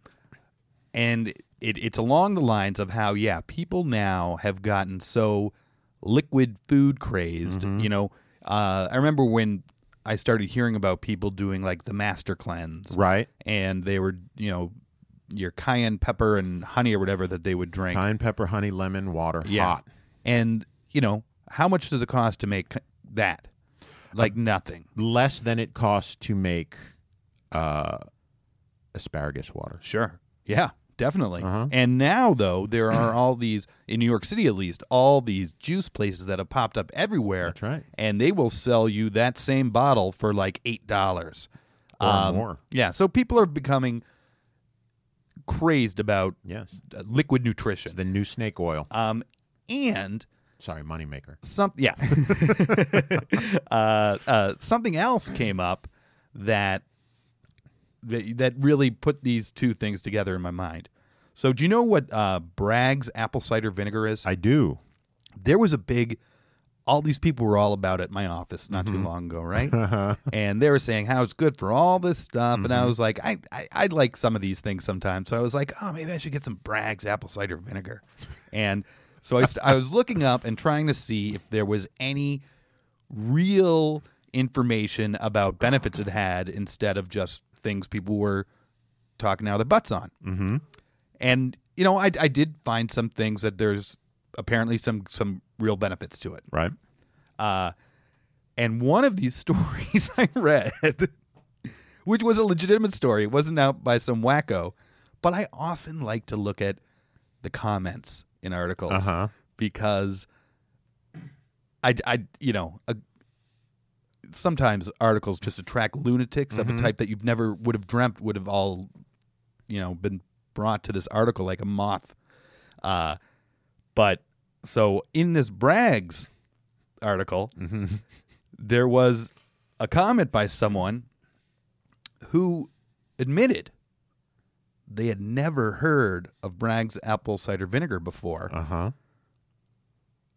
Speaker 2: and it, it's along the lines of how, yeah, people now have gotten so liquid food crazed.
Speaker 5: Mm-hmm.
Speaker 2: You know, uh, I remember when I started hearing about people doing like the master cleanse.
Speaker 5: Right.
Speaker 2: And they were, you know, your cayenne pepper and honey or whatever that they would drink.
Speaker 5: Cayenne pepper, honey, lemon, water.
Speaker 2: yeah.
Speaker 5: Hot.
Speaker 2: And, you know, how much does it cost to make c- that?
Speaker 5: Uh,
Speaker 2: Like nothing.
Speaker 5: Less than it costs to make uh, asparagus water.
Speaker 2: Sure. Yeah, definitely.
Speaker 5: Uh-huh.
Speaker 2: And now, though, there are all these, in New York City at least, all these juice places that have popped up everywhere.
Speaker 5: That's right.
Speaker 2: And they will sell you that same bottle for like $8
Speaker 5: Or
Speaker 2: Um,
Speaker 5: more.
Speaker 2: Yeah. So people are becoming crazed about
Speaker 5: Yes.
Speaker 2: uh, liquid
Speaker 5: It's
Speaker 2: nutrition.
Speaker 5: the new snake oil.
Speaker 2: um, and
Speaker 5: Sorry, moneymaker.
Speaker 2: some yeah uh, uh, something else came up that, that that really put these two things together in my mind so do you know what uh, bragg's apple cider vinegar is
Speaker 5: I do.
Speaker 2: there was a big all these people were all about it at my office not too long ago right and they were saying how it's good for all this stuff and i was like I, I i like some of these things sometimes so i was like oh maybe i should get some bragg's apple cider vinegar and so i, st- I was looking up and trying to see if there was any real information about benefits it had instead of just things people were talking out of their butts on and you know I, I did find some things that there's apparently some some real benefits to it
Speaker 5: Right.
Speaker 2: and one of these stories i read which was a legitimate story it wasn't out by some wacko but i often like to look at the comments in articles
Speaker 5: Uh-huh.
Speaker 2: because i i you know a, sometimes articles just attract lunatics of a type that you've never would have dreamt would have all you know been brought to this article like a moth uh but so in this brags article there was a comment by someone who admitted they had never heard of bragg's apple cider vinegar before
Speaker 5: Uh huh.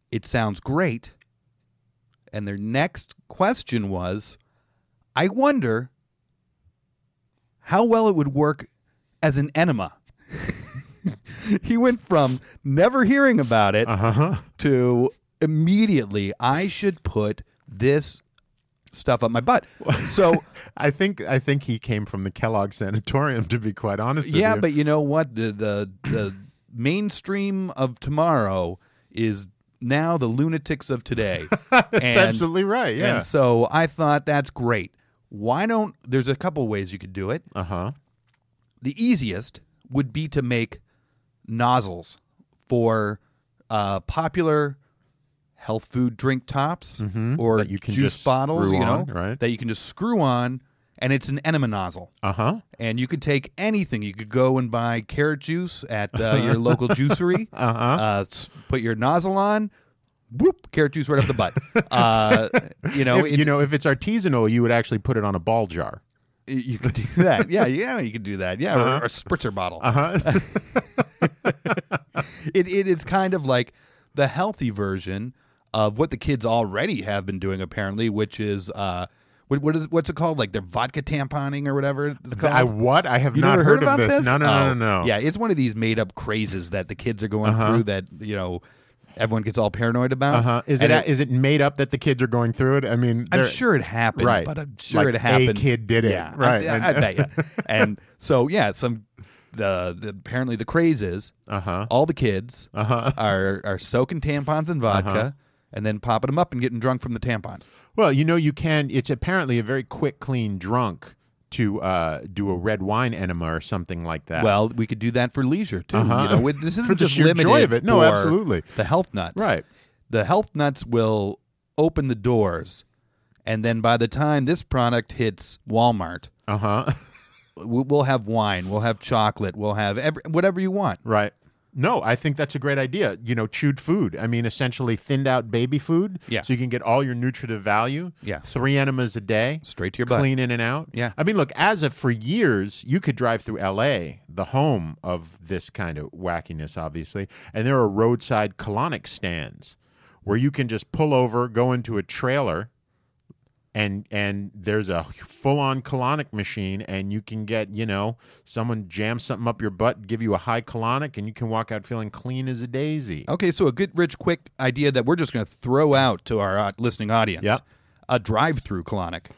Speaker 2: it sounds great. And their next question was, I wonder how well it would work as an enema. he went from never hearing about it
Speaker 5: Uh-huh.
Speaker 2: to immediately, I should put this stuff up my butt. So,
Speaker 5: I think I think he came from the Kellogg Sanatorium. To be quite honest, with
Speaker 2: yeah,
Speaker 5: you.
Speaker 2: but you know what? The, the, the mainstream of tomorrow is now the lunatics of today.
Speaker 5: that's absolutely right. Yeah.
Speaker 2: And so I thought that's great. Why don't there's a couple ways you could do it.
Speaker 5: Uh huh.
Speaker 2: The easiest would be to make nozzles for uh, popular health food drink tops or
Speaker 5: Mm-hmm. That you can
Speaker 2: juice
Speaker 5: just
Speaker 2: bottles,
Speaker 5: screw
Speaker 2: you know,
Speaker 5: on, right?
Speaker 2: that you can just screw on and it's an enema nozzle.
Speaker 5: Uh huh.
Speaker 2: And you could take anything. You could go and buy carrot juice at uh, your local juicery. Uh-huh. put your nozzle on, whoop, carrot juice right up the butt. uh, you know,
Speaker 5: if,
Speaker 2: it-
Speaker 5: you know, if it's artisanal, you would actually put it on a ball jar.
Speaker 2: You could do that. Yeah, yeah, you could do that. Yeah, or, or a spritzer bottle. Uh-huh. it, it is kind of like the healthy version of what the kids already have been doing, apparently, which is uh, What, what is what's it called? Like their vodka tamponing or whatever it's called.
Speaker 5: I what? I have
Speaker 2: You
Speaker 5: not
Speaker 2: never
Speaker 5: heard, of
Speaker 2: about
Speaker 5: this. No, no, no, no,
Speaker 2: Oh,
Speaker 5: no.
Speaker 2: Yeah, it's one of these made up crazes that the kids are going through that you know everyone gets all paranoid about.
Speaker 5: Uh-huh. Is it,
Speaker 2: And
Speaker 5: is it made up that the kids are going through it? I mean,
Speaker 2: I'm
Speaker 5: they're-
Speaker 2: sure it happened,
Speaker 5: Right.
Speaker 2: but I'm sure
Speaker 5: Like,
Speaker 2: it
Speaker 5: a
Speaker 2: happened.
Speaker 5: kid did it,
Speaker 2: yeah, I-
Speaker 5: right. uh,
Speaker 2: I, I bet you. And so yeah, some the, the apparently the craze is
Speaker 5: Uh-huh.
Speaker 2: all the kids are are soaking tampons in vodka
Speaker 5: Uh-huh.
Speaker 2: and then popping them up and getting drunk from the tampon.
Speaker 5: Well, you know, you can. It's apparently a very quick, clean drunk to uh, do a red wine enema or something like that.
Speaker 2: Well, we could do that for leisure too.
Speaker 5: Uh-huh.
Speaker 2: You know, with- this isn't
Speaker 5: For the
Speaker 2: just
Speaker 5: sheer
Speaker 2: limited
Speaker 5: joy of it. No,
Speaker 2: for
Speaker 5: absolutely.
Speaker 2: The health nuts,
Speaker 5: Right.
Speaker 2: The health nuts will open the doors, and then by the time this product hits Walmart,
Speaker 5: uh huh.
Speaker 2: we- we'll have wine, we'll have chocolate, we'll have every, whatever you want.
Speaker 5: right. No, I think that's a great idea. You know, chewed food. I mean, essentially thinned out baby food.
Speaker 2: Yeah.
Speaker 5: So you can get all your nutritive value.
Speaker 2: Yeah.
Speaker 5: Three enemas a day.
Speaker 2: Straight to your butt.
Speaker 5: Clean in and out.
Speaker 2: Yeah.
Speaker 5: I mean, look, as of for years, you could drive through LA, the home of this kind of wackiness, obviously, and there are roadside colonic stands where you can just pull over, go into a trailer, and and there's a full on colonic machine, and you can get you know someone jam something up your butt, give you a high colonic, and you can walk out feeling clean as a daisy.
Speaker 2: Okay, so a good, rich, quick idea that we're just going to throw out to our uh, listening audience.
Speaker 5: Yep.
Speaker 2: A drive-through colonic.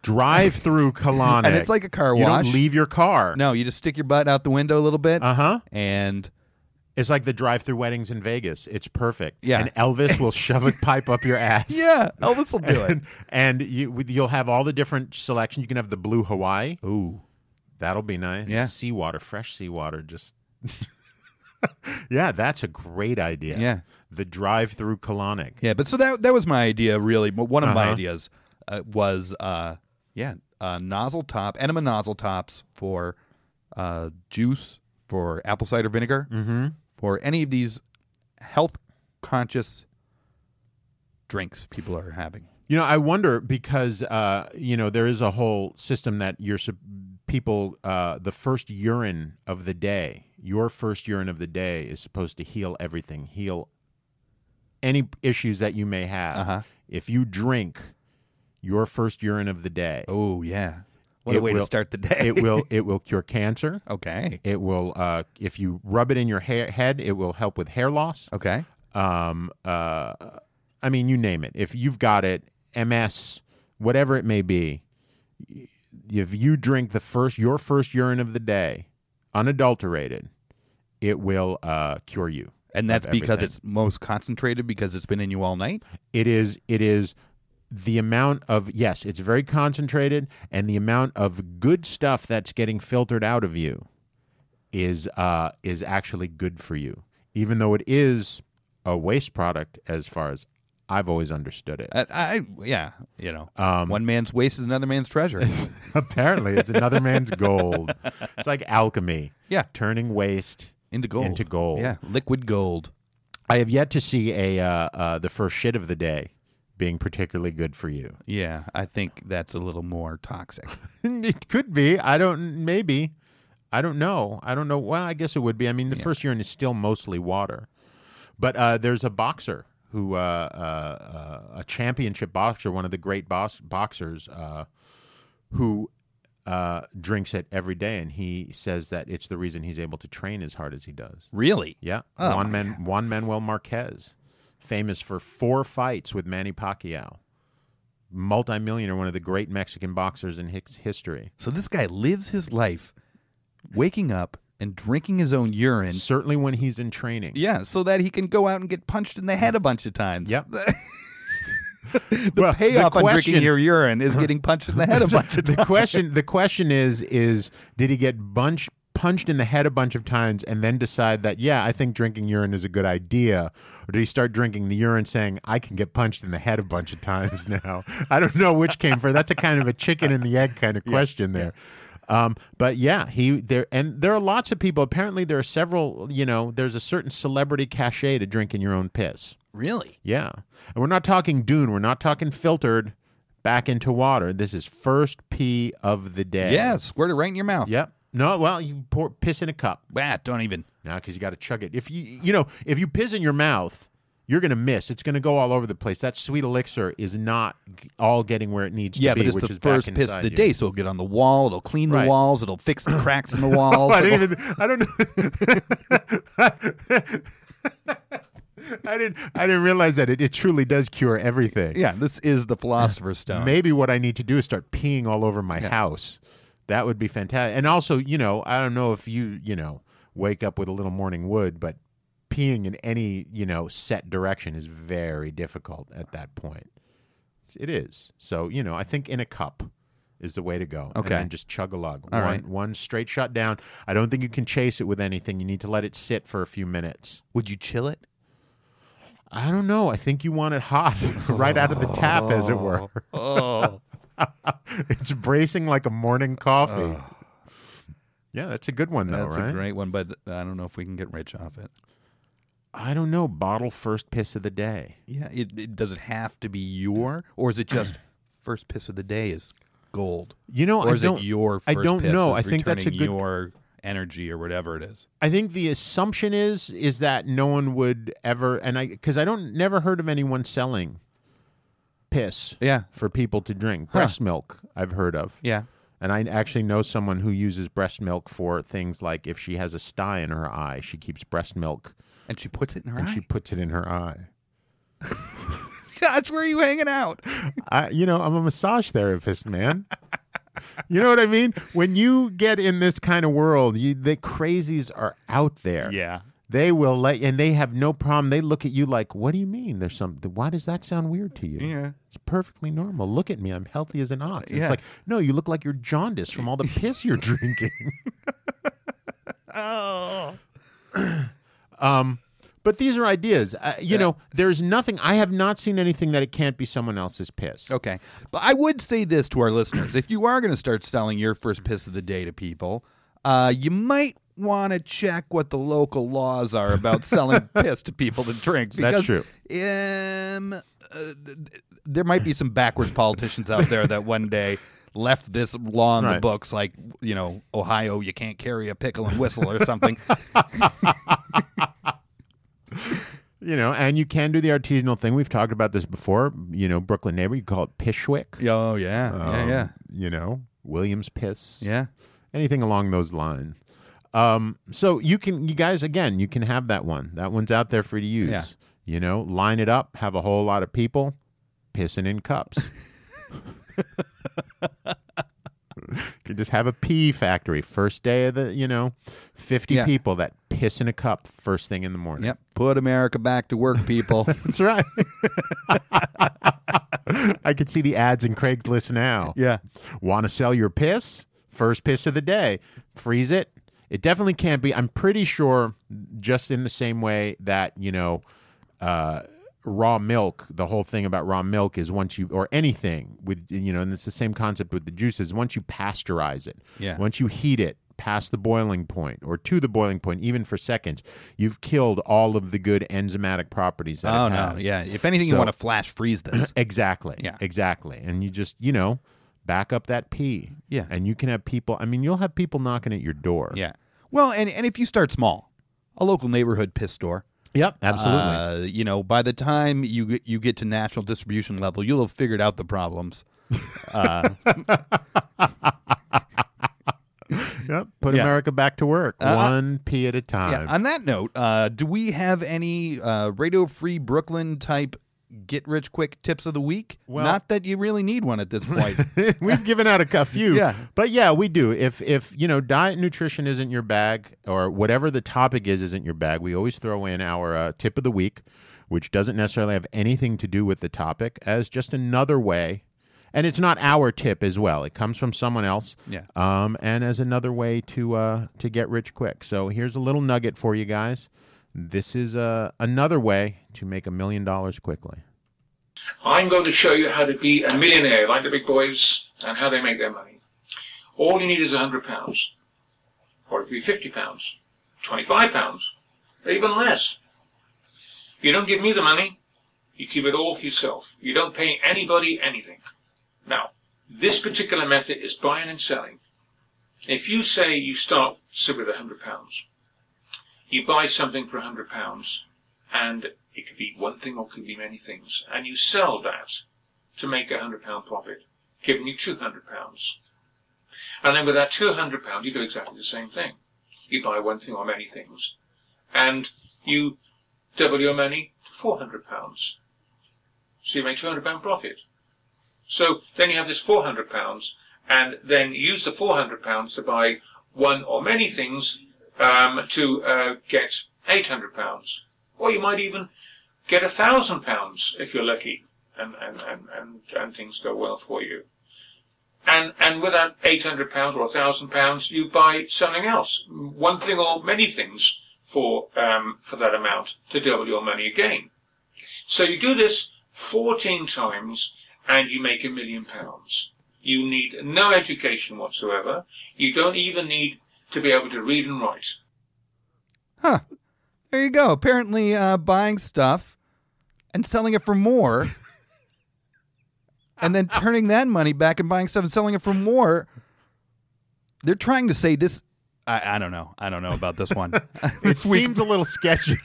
Speaker 5: Drive through colonic,
Speaker 2: And it's like a car
Speaker 5: You
Speaker 2: wash.
Speaker 5: don't leave your car.
Speaker 2: No, you just stick your butt out the window a little bit.
Speaker 5: Uh huh.
Speaker 2: And
Speaker 5: It's like the drive-through weddings in Vegas. It's perfect.
Speaker 2: Yeah.
Speaker 5: and Elvis will shove a pipe up your ass.
Speaker 2: yeah, Elvis will do it.
Speaker 5: and, and you with- you'll have all the different selections. You can have the blue Hawaii.
Speaker 2: Ooh.
Speaker 5: That'll be nice.
Speaker 2: Yeah.
Speaker 5: seawater, fresh seawater. Just yeah, that's a great idea.
Speaker 2: Yeah.
Speaker 5: the drive-through colonic.
Speaker 2: Yeah, but so that that was my idea, really. But One of my
Speaker 5: Uh-huh.
Speaker 2: ideas uh, was, uh, yeah, uh, nozzle top, enema nozzle tops for uh, juice, for apple cider vinegar,
Speaker 5: Mm-hmm.
Speaker 2: for any of these health conscious drinks people are having.
Speaker 5: You know, I wonder because uh, you know there is a whole system that your people uh, the first urine of the day, your first urine of the day is supposed to heal everything, heal any issues that you may have.
Speaker 2: Uh-huh.
Speaker 5: If you drink your first urine of the day,
Speaker 2: Oh yeah, what a
Speaker 5: It
Speaker 2: way
Speaker 5: will-
Speaker 2: to start the day.
Speaker 5: it will it will cure cancer.
Speaker 2: okay,
Speaker 5: It will uh, if you rub it in your hair, head, it will help with hair loss.
Speaker 2: okay,
Speaker 5: um, uh, I mean, you name it. If you've got it, MS, whatever it may be, y- if you drink the first your first urine of the day, unadulterated, it will uh, cure you.
Speaker 2: and that's
Speaker 5: of
Speaker 2: because
Speaker 5: everything.
Speaker 2: it's most concentrated because it's been in you all night.
Speaker 5: it is it is the amount of yes, it's very concentrated, and the amount of good stuff that's getting filtered out of you is uh, is actually good for you, even though it is a waste product as far as I've always understood it.
Speaker 2: I, I yeah, you know,
Speaker 5: Um,
Speaker 2: one man's waste is another man's treasure.
Speaker 5: Apparently, it's another man's gold. It's like alchemy.
Speaker 2: Yeah.
Speaker 5: turning waste
Speaker 2: Into gold.
Speaker 5: Into gold.
Speaker 2: Yeah, liquid gold.
Speaker 5: I have yet to see a uh, uh, the first shit of the day being particularly good for you.
Speaker 2: Yeah, I think that's a little more toxic.
Speaker 5: it could be. I don't. Maybe. I don't know. I don't know. Well, I guess it would be. I mean, the first urine is still mostly water, but uh, there's a boxer who, uh, uh, uh, a championship boxer, one of the great box- boxers, uh, who uh, drinks it every day, and he says that it's the reason he's able to train as hard as he does.
Speaker 2: Really?
Speaker 5: Yeah, Juan, Man- Juan Manuel Marquez, famous for four fights with Manny Pacquiao, multimillionaire, one of the great Mexican boxers in his history.
Speaker 2: So this guy lives his life waking up and drinking his own urine.
Speaker 5: Certainly when he's in training.
Speaker 2: Yeah, so that he can go out and get punched in the head a bunch of times.
Speaker 5: Yep.
Speaker 2: The
Speaker 5: Well,
Speaker 2: payoff
Speaker 5: the
Speaker 2: on drinking
Speaker 5: question-
Speaker 2: your urine is getting punched in the head a bunch of times.
Speaker 5: the question the question is is did he get bunch punched in the head a bunch of times and then decide that yeah I think drinking urine is a good idea or did he start drinking the urine saying I can get punched in the head a bunch of times now I don't know which came first that's a kind of a chicken and the egg kind of question there um but yeah he there and there are lots of people apparently there are several you know there's a certain celebrity cachet to drinking your own piss
Speaker 2: Really?
Speaker 5: yeah. And we're not talking dune. We're not talking filtered back into water. This is first pee of the day.
Speaker 2: Yeah, squirt it right in your mouth.
Speaker 5: Yep. No, well, you pour piss in a cup
Speaker 2: Bah, don't even.
Speaker 5: now because you got to chug it. If you, you know, if you piss in your mouth, you're going to miss. It's going to go all over the place. That sweet elixir is not g- all getting where it needs
Speaker 2: Yeah,
Speaker 5: to be,
Speaker 2: but it's
Speaker 5: which
Speaker 2: the
Speaker 5: is back
Speaker 2: first piss of
Speaker 5: inside
Speaker 2: the
Speaker 5: you.
Speaker 2: day, so it'll get on the wall. It'll clean the
Speaker 5: Right.
Speaker 2: walls. It'll fix the cracks in the walls.
Speaker 5: I
Speaker 2: it'll-
Speaker 5: didn't even. I don't. know- I didn't. I didn't realize that it, it truly does cure everything.
Speaker 2: yeah, this is the philosopher's stone.
Speaker 5: Maybe what I need to do is start peeing all over my house. That would be fantastic. And also, you know, I don't know if you, you know, wake up with a little morning wood, but peeing in any, you know, set direction is very difficult at that point. It is. So, you know, I think in a cup is the way to go.
Speaker 2: Okay.
Speaker 5: And then just chug a lug.
Speaker 2: All
Speaker 5: one,
Speaker 2: right.
Speaker 5: one straight shot down. I don't think you can chase it with anything. You need to let it sit for a few minutes.
Speaker 2: Would you chill it?
Speaker 5: I don't know. I think you want it hot right out of the tap, as it were.
Speaker 2: Oh, Oh.
Speaker 5: it's bracing like a morning coffee. yeah, that's a good one though,
Speaker 2: that's
Speaker 5: right?
Speaker 2: a great one, but I don't know if we can get rich off it.
Speaker 5: I don't know. Bottle first piss of the day.
Speaker 2: Yeah, it, it does it have to be your, or is it just first piss of the day is gold?
Speaker 5: You know,
Speaker 2: or
Speaker 5: I
Speaker 2: is
Speaker 5: don't.
Speaker 2: it your? First
Speaker 5: I don't
Speaker 2: piss
Speaker 5: know.
Speaker 2: is
Speaker 5: I think that's a
Speaker 2: returning
Speaker 5: good.
Speaker 2: your energy or whatever it is.
Speaker 5: I think the assumption is is that no one would ever, and I because I don't never heard of anyone selling piss.
Speaker 2: Yeah.
Speaker 5: for people to drink breast milk. I've heard of.
Speaker 2: Yeah.
Speaker 5: And I actually know someone who uses breast milk for things like if she has a sty in her eye, she keeps breast milk
Speaker 2: And she puts it in her
Speaker 5: and
Speaker 2: eye.
Speaker 5: she puts it in her eye.
Speaker 2: Josh, where are you hanging out?
Speaker 5: I, you know, I'm a massage therapist, man. you know what I mean? When you get in this kind of world, you, the crazies are out there.
Speaker 2: Yeah.
Speaker 5: They will let, and they have no problem. They look at you like, "What do you mean? There's some. Why does that sound weird to you?
Speaker 2: Yeah.
Speaker 5: it's perfectly normal. Look at me. I'm healthy as an ox. It's
Speaker 2: Yeah.
Speaker 5: like, no, you look like you're jaundiced from all the piss you're drinking. um, but these are ideas. Uh, you know, there's nothing. I have not seen anything that it can't be someone else's piss.
Speaker 2: Okay. But I would say this to our listeners. If you are going to start selling your first piss of the day to people, uh, you might want to check what the local laws are about selling piss to people to drink.
Speaker 5: That's
Speaker 2: Because, Um, uh, th- th- there might be some backwards politicians out there that one day left this law in the
Speaker 5: Right.
Speaker 2: books, like, you know, Ohio, you can't carry a pickle and whistle or something.
Speaker 5: You know, and you can do the artisanal thing. We've talked about this before. You know, Brooklyn neighbor, you call it Pishwick.
Speaker 2: oh, yeah. yeah,
Speaker 5: Um,
Speaker 2: yeah.
Speaker 5: You know, Williams piss.
Speaker 2: Yeah.
Speaker 5: anything along those lines. Um, so you can, you guys, again, you can have that one. That one's out there for you to use.
Speaker 2: Yeah.
Speaker 5: You know, line it up, have a whole lot of people pissing in cups. you can just have a pee factory. First day of the, you know, 50
Speaker 2: Yeah.
Speaker 5: people that piss in a cup first thing in the morning.
Speaker 2: Yep. Put America back to work, people.
Speaker 5: That's right. I could see the ads in Craigslist now.
Speaker 2: yeah.
Speaker 5: Want to sell your piss? First piss of the day. Freeze it. It definitely can't be. I'm pretty sure, just in the same way that, you know, uh, raw milk, the whole thing about raw milk is once you, or anything with, you know, and it's the same concept with the juices, once you pasteurize it,
Speaker 2: Yeah.
Speaker 5: once you heat it past the boiling point or to the boiling point, even for seconds, you've killed all of the good enzymatic properties that
Speaker 2: Oh
Speaker 5: it
Speaker 2: no,
Speaker 5: has.
Speaker 2: yeah. If anything, you
Speaker 5: So-
Speaker 2: want to flash freeze this.
Speaker 5: Exactly.
Speaker 2: Yeah.
Speaker 5: Exactly. And you just, you know, back up that P.
Speaker 2: Yeah.
Speaker 5: And you can have people, I mean, you'll have people knocking at your door.
Speaker 2: yeah. Well, and and if you start small, a local neighborhood piss store.
Speaker 5: Yep. Absolutely.
Speaker 2: Uh, you know, by the time you get- you get to national distribution level, you'll have figured out the problems.
Speaker 5: yep. Put
Speaker 2: yeah. Uh,
Speaker 5: America back to work one P at a time.
Speaker 2: Yeah. On that note, uh, do we have any uh, Radio Free Brooklyn type get rich quick tips of the week?
Speaker 5: Well-
Speaker 2: Not that you really need one at this point.
Speaker 5: We've given out a cu- few.
Speaker 2: Yeah.
Speaker 5: But yeah, we do. If if you know diet and nutrition isn't your bag or whatever the topic is isn't your bag, we always throw in our uh, tip of the week, which doesn't necessarily have anything to do with the topic as just another way. And it's not our tip as well. It comes from someone else.
Speaker 2: Yeah.
Speaker 5: Um, and as another way to uh, to get rich quick. So here's a little nugget for you guys. This is uh, another way to make a million dollars quickly.
Speaker 8: I'm going to show you how to be a millionaire like the big boys and how they make their money. All you need is hundred pounds, or it could be fifty pounds, twenty-five pounds, or even less. You don't give me the money; you keep it all for yourself. You don't pay anybody anything. Now, this particular method is buying and selling. If you say you start say, with hundred pounds, you buy something for hundred pounds, and it could be one thing or it could be many things. And you sell that to make a hundred pound profit, giving you two hundred pounds. And then with that two hundred pound, you do exactly the same thing. You buy one thing or many things, and you double your money to four hundred pounds. So you make two hundred pound profit. So then you have this four hundred pounds, and then use the four hundred pounds to buy one or many things um, to uh, get eight hundred pounds, or you might even get a thousand pounds if you're lucky, and and, and, and and things go well for you. And and with that eight hundred pounds or a thousand pounds, you buy something else, one thing or many things for um, for that amount to double your money again. So you do this 14 times and you make a million pounds. You need no education whatsoever. You don't even need to be able to read and write.
Speaker 2: Huh. There you go. Apparently, uh, buying stuff and selling it for more, and then turning that money back and buying stuff and selling it for more. They're trying to say this. I, I don't know. I don't know about this one.
Speaker 5: It seems a little sketchy.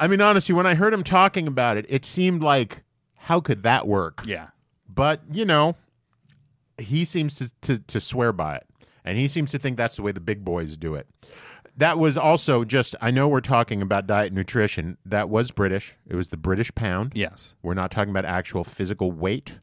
Speaker 5: I mean, honestly, when I heard him talking about it, it seemed like, how could that work?
Speaker 2: yeah.
Speaker 5: But, you know, he seems to, to, to swear by it. And he seems to think that's the way the big boys do it. That was also just, I know we're talking about diet and nutrition. That was British. It was the British pound.
Speaker 2: Yes.
Speaker 5: We're not talking about actual physical weight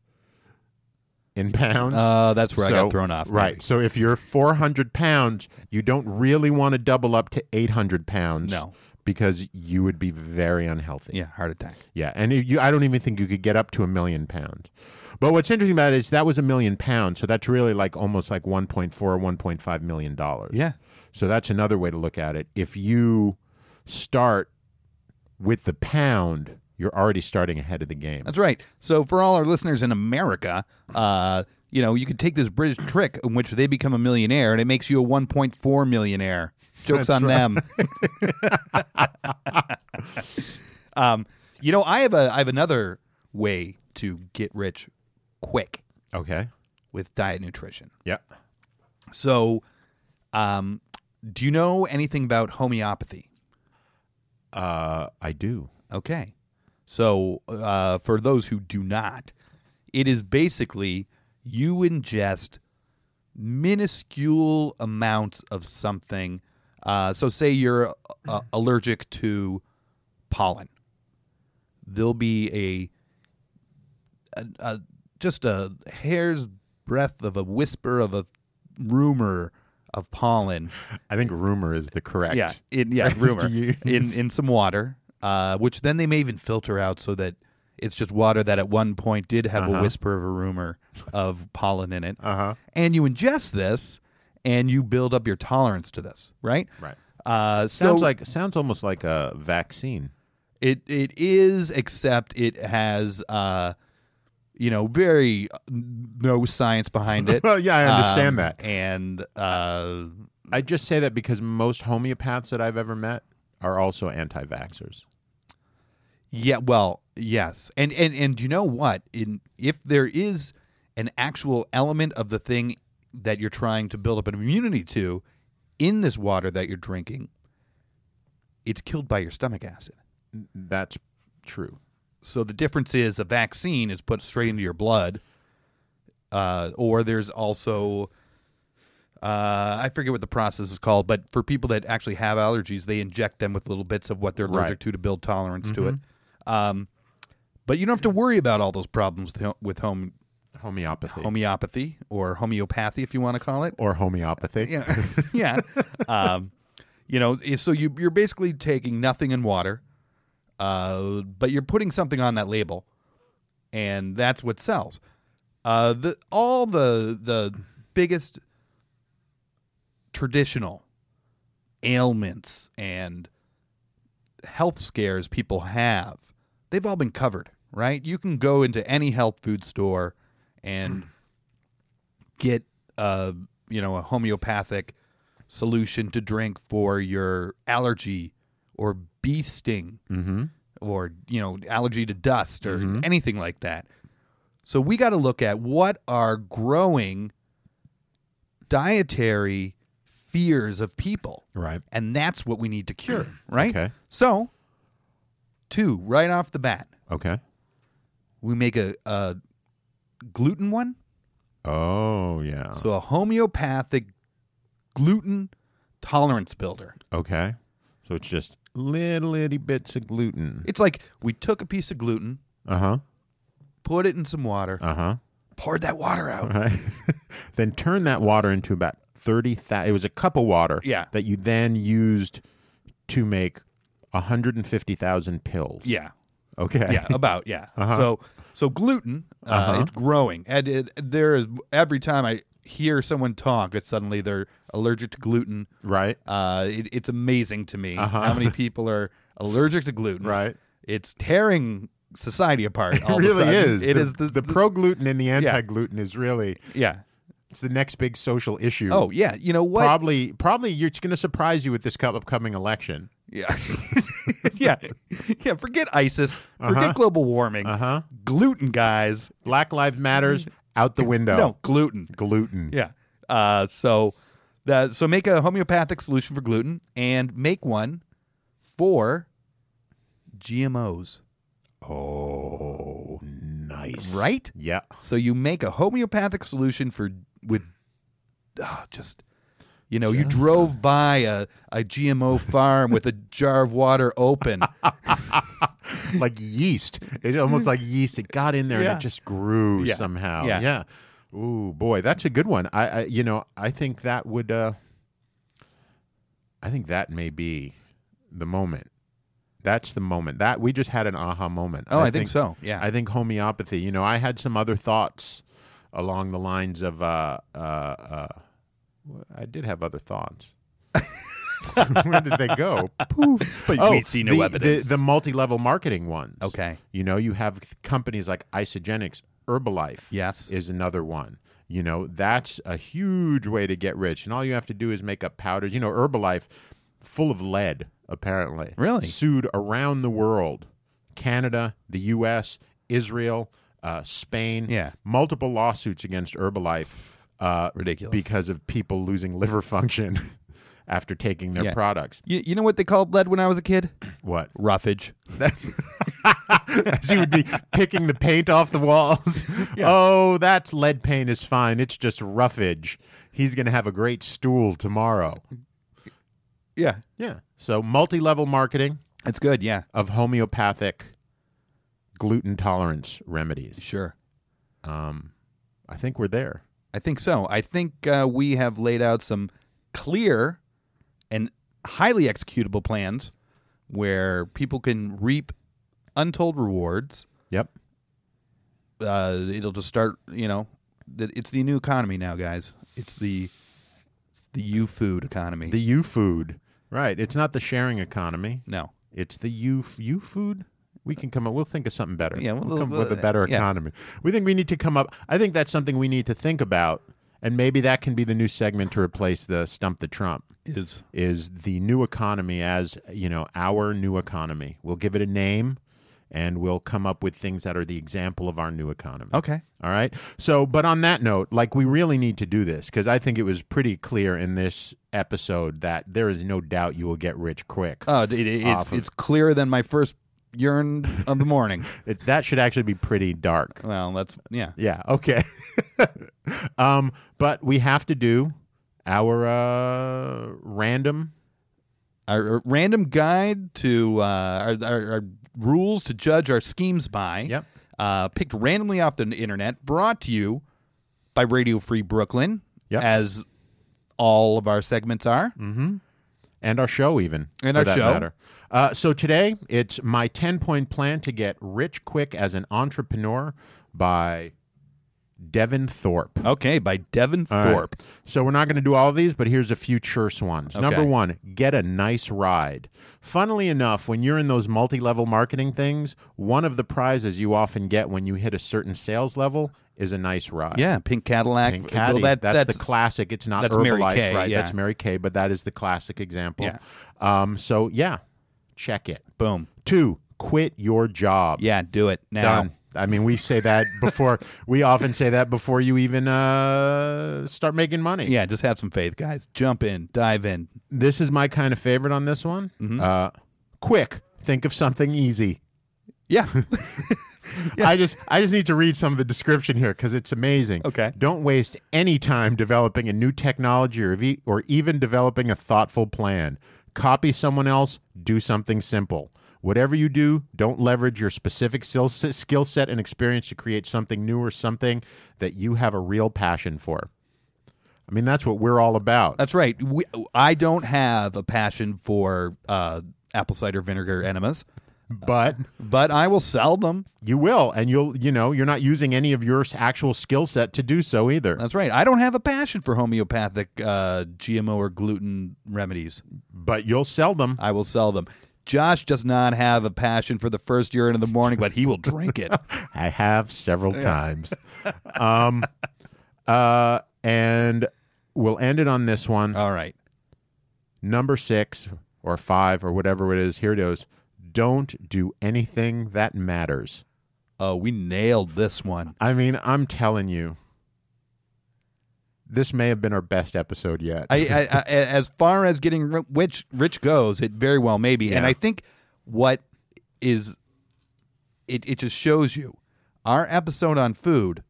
Speaker 5: in pounds.
Speaker 2: Uh, that's where I
Speaker 5: So-
Speaker 2: got thrown off.
Speaker 5: Right. So if you're 400 pounds, you don't really want to double up to 800 pounds.
Speaker 2: No.
Speaker 5: Because you would be very unhealthy.
Speaker 2: Yeah. Heart attack.
Speaker 5: Yeah, and if you, I don't even think you could get up to a million pounds. But what's interesting about it is that was a million pounds, so that's really like almost like 1.4 or 1.5 million dollars.
Speaker 2: Yeah.
Speaker 5: So that's another way to look at it. If you start with the pound, you're already starting ahead of the game.
Speaker 2: That's right. So for all our listeners in America, uh, you know, you could take this British trick in which they become a millionaire and it makes you a 1.4 millionaire. Jokes on them. um, you know, I have a I have another way to get rich quick
Speaker 5: okay.
Speaker 2: with diet nutrition.
Speaker 5: Yeah.
Speaker 2: So, um, do you know anything about homeopathy?
Speaker 5: Uh, I do.
Speaker 2: Okay. So, uh, for those who do not, it is basically you ingest minuscule amounts of something. Uh, so, say you're uh, allergic to pollen, there'll be a, a, a just a hair's breadth of a whisper of a rumor of pollen
Speaker 5: I think rumor is the correct.
Speaker 2: yeah, in, yeah,
Speaker 5: phrase
Speaker 2: rumor
Speaker 5: to use.
Speaker 2: in in some water, uh, which then they may even filter out so that it's just water that at one point did have
Speaker 5: Uh-huh.
Speaker 2: a whisper of a rumor of pollen in it. Uh-huh. And you ingest this, and you build up your tolerance to this, right?
Speaker 5: Right.
Speaker 2: Uh, so
Speaker 5: Sounds like sounds almost like a vaccine.
Speaker 2: it it is, except it has. Uh, you know, very uh, no science behind it.
Speaker 5: Well, yeah, I understand
Speaker 2: Um,
Speaker 5: that.
Speaker 2: And uh,
Speaker 5: I just say that because most homeopaths that I've ever met are also anti-vaxxers.
Speaker 2: Yeah, well, yes. And and and you know what? In if there is an actual element of the thing that you're trying to build up an immunity to in this water that you're drinking, it's killed by your stomach acid.
Speaker 5: That's true.
Speaker 2: So the difference is a vaccine is put straight into your blood, uh, or there's also uh, I forget what the process is called, but for people that actually have allergies, they inject them with little bits of what they're allergic
Speaker 5: Right.
Speaker 2: to to build tolerance to it. Um, but you don't have to worry about all those problems with hom- with home
Speaker 5: Homeopathy.
Speaker 2: homeopathy or homeopathy, if you want to call it.
Speaker 5: or homeopathy.
Speaker 2: Yeah, yeah. Um, you know, i- so you you're basically taking nothing in water, uh, but you're putting something on that label, and that's what sells. Uh, the all the the biggest traditional ailments and health scares people have, they've all been covered, right? You can go into any health food store and get a you know a homeopathic solution to drink for your allergy or bee sting or you know allergy to dust or anything like that. So we got to look at what are growing dietary fears of people.
Speaker 5: Right.
Speaker 2: And that's what we need to cure, right?
Speaker 5: Okay.
Speaker 2: So, two, right off the bat,
Speaker 5: Okay.
Speaker 2: we make a, a gluten one.
Speaker 5: Oh yeah.
Speaker 2: So, a homeopathic gluten tolerance builder.
Speaker 5: okay. So it's just little itty bits of gluten.
Speaker 2: It's like we took a piece of gluten,
Speaker 5: Uh huh.
Speaker 2: put it in some water,
Speaker 5: Uh huh.
Speaker 2: poured that water out.
Speaker 5: Right. then turn that water into about thirty thousand. It was a cup of water.
Speaker 2: Yeah.
Speaker 5: That you then used to make hundred and fifty thousand pills.
Speaker 2: Yeah.
Speaker 5: Okay.
Speaker 2: yeah, about yeah.
Speaker 5: Uh-huh.
Speaker 2: So so gluten, uh, it's growing, and it, there is every time I hear someone talk, it's suddenly they're allergic to gluten.
Speaker 5: right.
Speaker 2: Uh, it, it's amazing to me how many people are allergic to gluten.
Speaker 5: Uh-huh. Right.
Speaker 2: It's tearing society apart.
Speaker 5: It
Speaker 2: All of a
Speaker 5: really
Speaker 2: sudden.
Speaker 5: is.
Speaker 2: It
Speaker 5: the,
Speaker 2: is
Speaker 5: the, pro gluten and the anti gluten is really
Speaker 2: yeah.
Speaker 5: it's the next big social issue.
Speaker 2: Oh yeah. You know what?
Speaker 5: probably probably you're, it's going to surprise you with this cup upcoming election.
Speaker 2: Yeah. yeah. Yeah. Forget ISIS. Forget global warming. Uh-huh. Gluten, guys.
Speaker 5: Black Lives Matters out the window.
Speaker 2: No, gluten.
Speaker 5: gluten.
Speaker 2: Yeah. Uh, so that so make a homeopathic solution for gluten and make one for GMOs.
Speaker 5: Oh, nice.
Speaker 2: Right?
Speaker 5: Yeah.
Speaker 2: So you make a homeopathic solution for with ah, just you know, you drove by a, a GMO farm with a jar of water open.
Speaker 5: Like yeast. It's almost like yeast. It got in there
Speaker 2: Yeah.
Speaker 5: and it just grew
Speaker 2: Yeah.
Speaker 5: somehow.
Speaker 2: Yeah.
Speaker 5: Ooh, boy, that's a good one. I, I you know, I think that would uh I think that may be the moment. That's the moment. That we just had an aha moment.
Speaker 2: Oh, I think so. Yeah.
Speaker 5: I think homeopathy. You know, I had some other thoughts along the lines of uh uh uh I did have other thoughts. Where did they go? Poof.
Speaker 2: But we see no
Speaker 5: Oh, the,
Speaker 2: evidence.
Speaker 5: The, the multi-level marketing ones.
Speaker 2: Okay.
Speaker 5: You know, you have th- companies like Isogenics, Herbalife.
Speaker 2: Yes.
Speaker 5: Is another one. You know, that's a huge way to get rich. And all you have to do is make up powders. You know, Herbalife, full of lead, apparently.
Speaker 2: Really?
Speaker 5: Sued around the world Canada, the U.S., Israel, uh, Spain.
Speaker 2: Yeah.
Speaker 5: Multiple lawsuits against Herbalife. Uh,
Speaker 2: Ridiculous.
Speaker 5: Because of people losing liver function after taking their
Speaker 2: Yeah.
Speaker 5: products.
Speaker 2: you, you know what they called lead when I was a kid?
Speaker 5: What?
Speaker 2: Roughage.
Speaker 5: she would be picking the paint off the walls. Oh, that's lead paint is fine. It's just roughage. He's going to have a great stool tomorrow.
Speaker 2: Yeah.
Speaker 5: Yeah. So multi-level marketing
Speaker 2: It's good, yeah.
Speaker 5: of homeopathic gluten tolerance remedies.
Speaker 2: Sure.
Speaker 5: Um, I think we're there.
Speaker 2: I think so. I think uh, we have laid out some clear and highly executable plans where people can reap untold rewards.
Speaker 5: Yep.
Speaker 2: Uh, it'll just start, you know, th- it's the new economy now, guys. It's the it's the you food economy.
Speaker 5: The U food. Right. It's not the sharing economy.
Speaker 2: no.
Speaker 5: It's the U U food. We can come up. We'll think of something better.
Speaker 2: Yeah,
Speaker 5: we'll,
Speaker 2: we'll-
Speaker 5: come
Speaker 2: we'll- uh,
Speaker 5: up with a better
Speaker 2: yeah.
Speaker 5: economy. We think we need to come up. I think that's something we need to think about, and maybe that can be the new segment to replace the stump the Trump.
Speaker 2: Is
Speaker 5: Is the new economy as you know our new economy? We'll give it a name, and we'll come up with things that are the example of our new economy.
Speaker 2: okay.
Speaker 5: All right. So, but on that note, like we really need to do this because I think it was pretty clear in this episode that there is no doubt you will get rich quick.
Speaker 2: Oh, it, it- it's,
Speaker 5: Off of-
Speaker 2: it's clearer than my first urine of the morning.
Speaker 5: It, that should actually be pretty dark.
Speaker 2: well, that's yeah.
Speaker 5: Yeah. Okay. um, but we have to do our uh, random.
Speaker 2: Our, our random guide to uh, our, our, our rules to judge our schemes by.
Speaker 5: Yep.
Speaker 2: Uh, picked randomly off the internet, brought to you by Radio Free Brooklyn,
Speaker 5: Yep. Mm-hmm.
Speaker 2: as all of our segments are.
Speaker 5: and our show even
Speaker 2: And
Speaker 5: for
Speaker 2: our
Speaker 5: that
Speaker 2: show.
Speaker 5: matter. Uh, so today it's my ten point plan to get rich quick as an entrepreneur by Devin Thorpe.
Speaker 2: Okay, by Devin
Speaker 5: All right.
Speaker 2: Thorpe.
Speaker 5: So we're not going to do all of these, but here's a few churse ones. Number
Speaker 2: Okay.
Speaker 5: one, get a nice ride. Funnily enough, when you're in those multi-level marketing things, one of the prizes you often get when you hit a certain sales level is a nice ride.
Speaker 2: Yeah, pink Cadillac.
Speaker 5: Pink
Speaker 2: Well,
Speaker 5: Caddy,
Speaker 2: that-
Speaker 5: that's, the classic. It's not
Speaker 2: that's Mary
Speaker 5: Herbalife,
Speaker 2: Kay,
Speaker 5: right?
Speaker 2: yeah.
Speaker 5: That's Mary Kay, but that is the classic example.
Speaker 2: Yeah.
Speaker 5: Um, so yeah, check it.
Speaker 2: boom.
Speaker 5: Two, quit your job.
Speaker 2: Yeah, do it now.
Speaker 5: Done. I mean, we say that before. we often say that before you even uh, start making money.
Speaker 2: Yeah, just have some faith, guys. Jump in, dive in.
Speaker 5: This is my kind of favorite on this one. Uh, quick, think of something easy.
Speaker 2: Yeah.
Speaker 5: I just I just need to read some of the description here because it's amazing.
Speaker 2: Okay.
Speaker 5: Don't waste any time developing a new technology or, ev- or even developing a thoughtful plan. Copy someone else. Do something simple. Whatever you do, don't leverage your specific skill s- skill set and experience to create something new or something that you have a real passion for. I mean, that's what we're all about.
Speaker 2: That's right. We, I don't have a passion for uh, apple cider vinegar enemas,
Speaker 5: but
Speaker 2: but I will sell them.
Speaker 5: you will, and you'll, you know, you're not using any of your s- actual skill set to do so either.
Speaker 2: That's right. I don't have a passion for homeopathic uh, GMO or gluten remedies.
Speaker 5: But you'll sell them.
Speaker 2: I will sell them. Josh does not have a passion for the first urine of the morning, but he will drink it.
Speaker 5: I have several times. um, uh, and we'll end it on this one.
Speaker 2: All right.
Speaker 5: Number six or five or whatever it is. Here it goes. Don't do anything that matters.
Speaker 2: Oh, we nailed this one.
Speaker 5: I mean, I'm telling you, this may have been our best episode yet.
Speaker 2: I, I, I as far as getting ri- rich, rich goes, it very well may be. And
Speaker 5: Yeah.
Speaker 2: I think what is it? It just shows you our episode on food.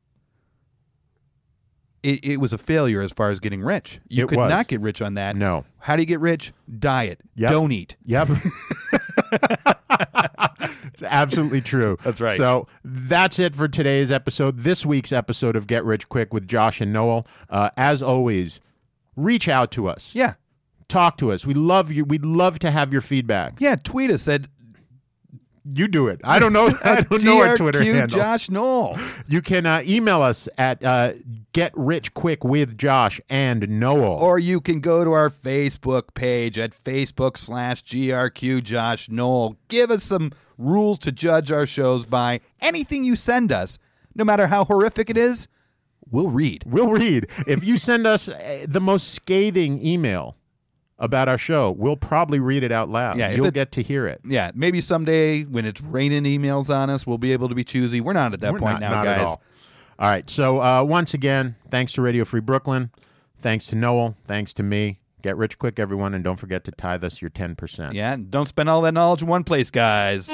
Speaker 2: It, it was a failure as far as getting rich. You
Speaker 5: It
Speaker 2: could
Speaker 5: was.
Speaker 2: not get rich on that.
Speaker 5: No.
Speaker 2: How do you get rich? Diet.
Speaker 5: Yep.
Speaker 2: Don't eat.
Speaker 5: Yep. it's absolutely true. That's
Speaker 2: right.
Speaker 5: So that's it for today's episode, this week's episode of Get Rich Quick with Josh and Noel. Uh, as always, reach out to us.
Speaker 2: Yeah.
Speaker 5: Talk to us. We love you. We'd love to have your feedback.
Speaker 2: Yeah. Tweet us at
Speaker 5: You do it. I don't know. I don't know our Twitter
Speaker 2: GRQ
Speaker 5: handle.
Speaker 2: Josh Knoll.
Speaker 5: You can uh, email us at uh, Get Rich Quick with Josh and Noel.
Speaker 2: Or you can go to our Facebook page at Facebook slash GRQ Josh Knoll. Give us some rules to judge our shows by. Anything you send us, no matter how horrific it is, we'll read.
Speaker 5: We'll read. If you send us uh, the most scathing email about our show, we'll probably read it out loud.
Speaker 2: Yeah, if
Speaker 5: You'll
Speaker 2: it-
Speaker 5: get to hear it.
Speaker 2: Yeah, maybe someday when it's raining emails on us, we'll be able to be choosy. We're not at that
Speaker 5: We're
Speaker 2: point
Speaker 5: not,
Speaker 2: now,
Speaker 5: not
Speaker 2: guys.
Speaker 5: at all. All right. So uh, once again, thanks to Radio Free Brooklyn. Thanks to Noel. Thanks to me. Get rich quick, everyone, and don't forget to tithe us your 10%.
Speaker 2: Yeah, and don't spend all that knowledge in one place, guys.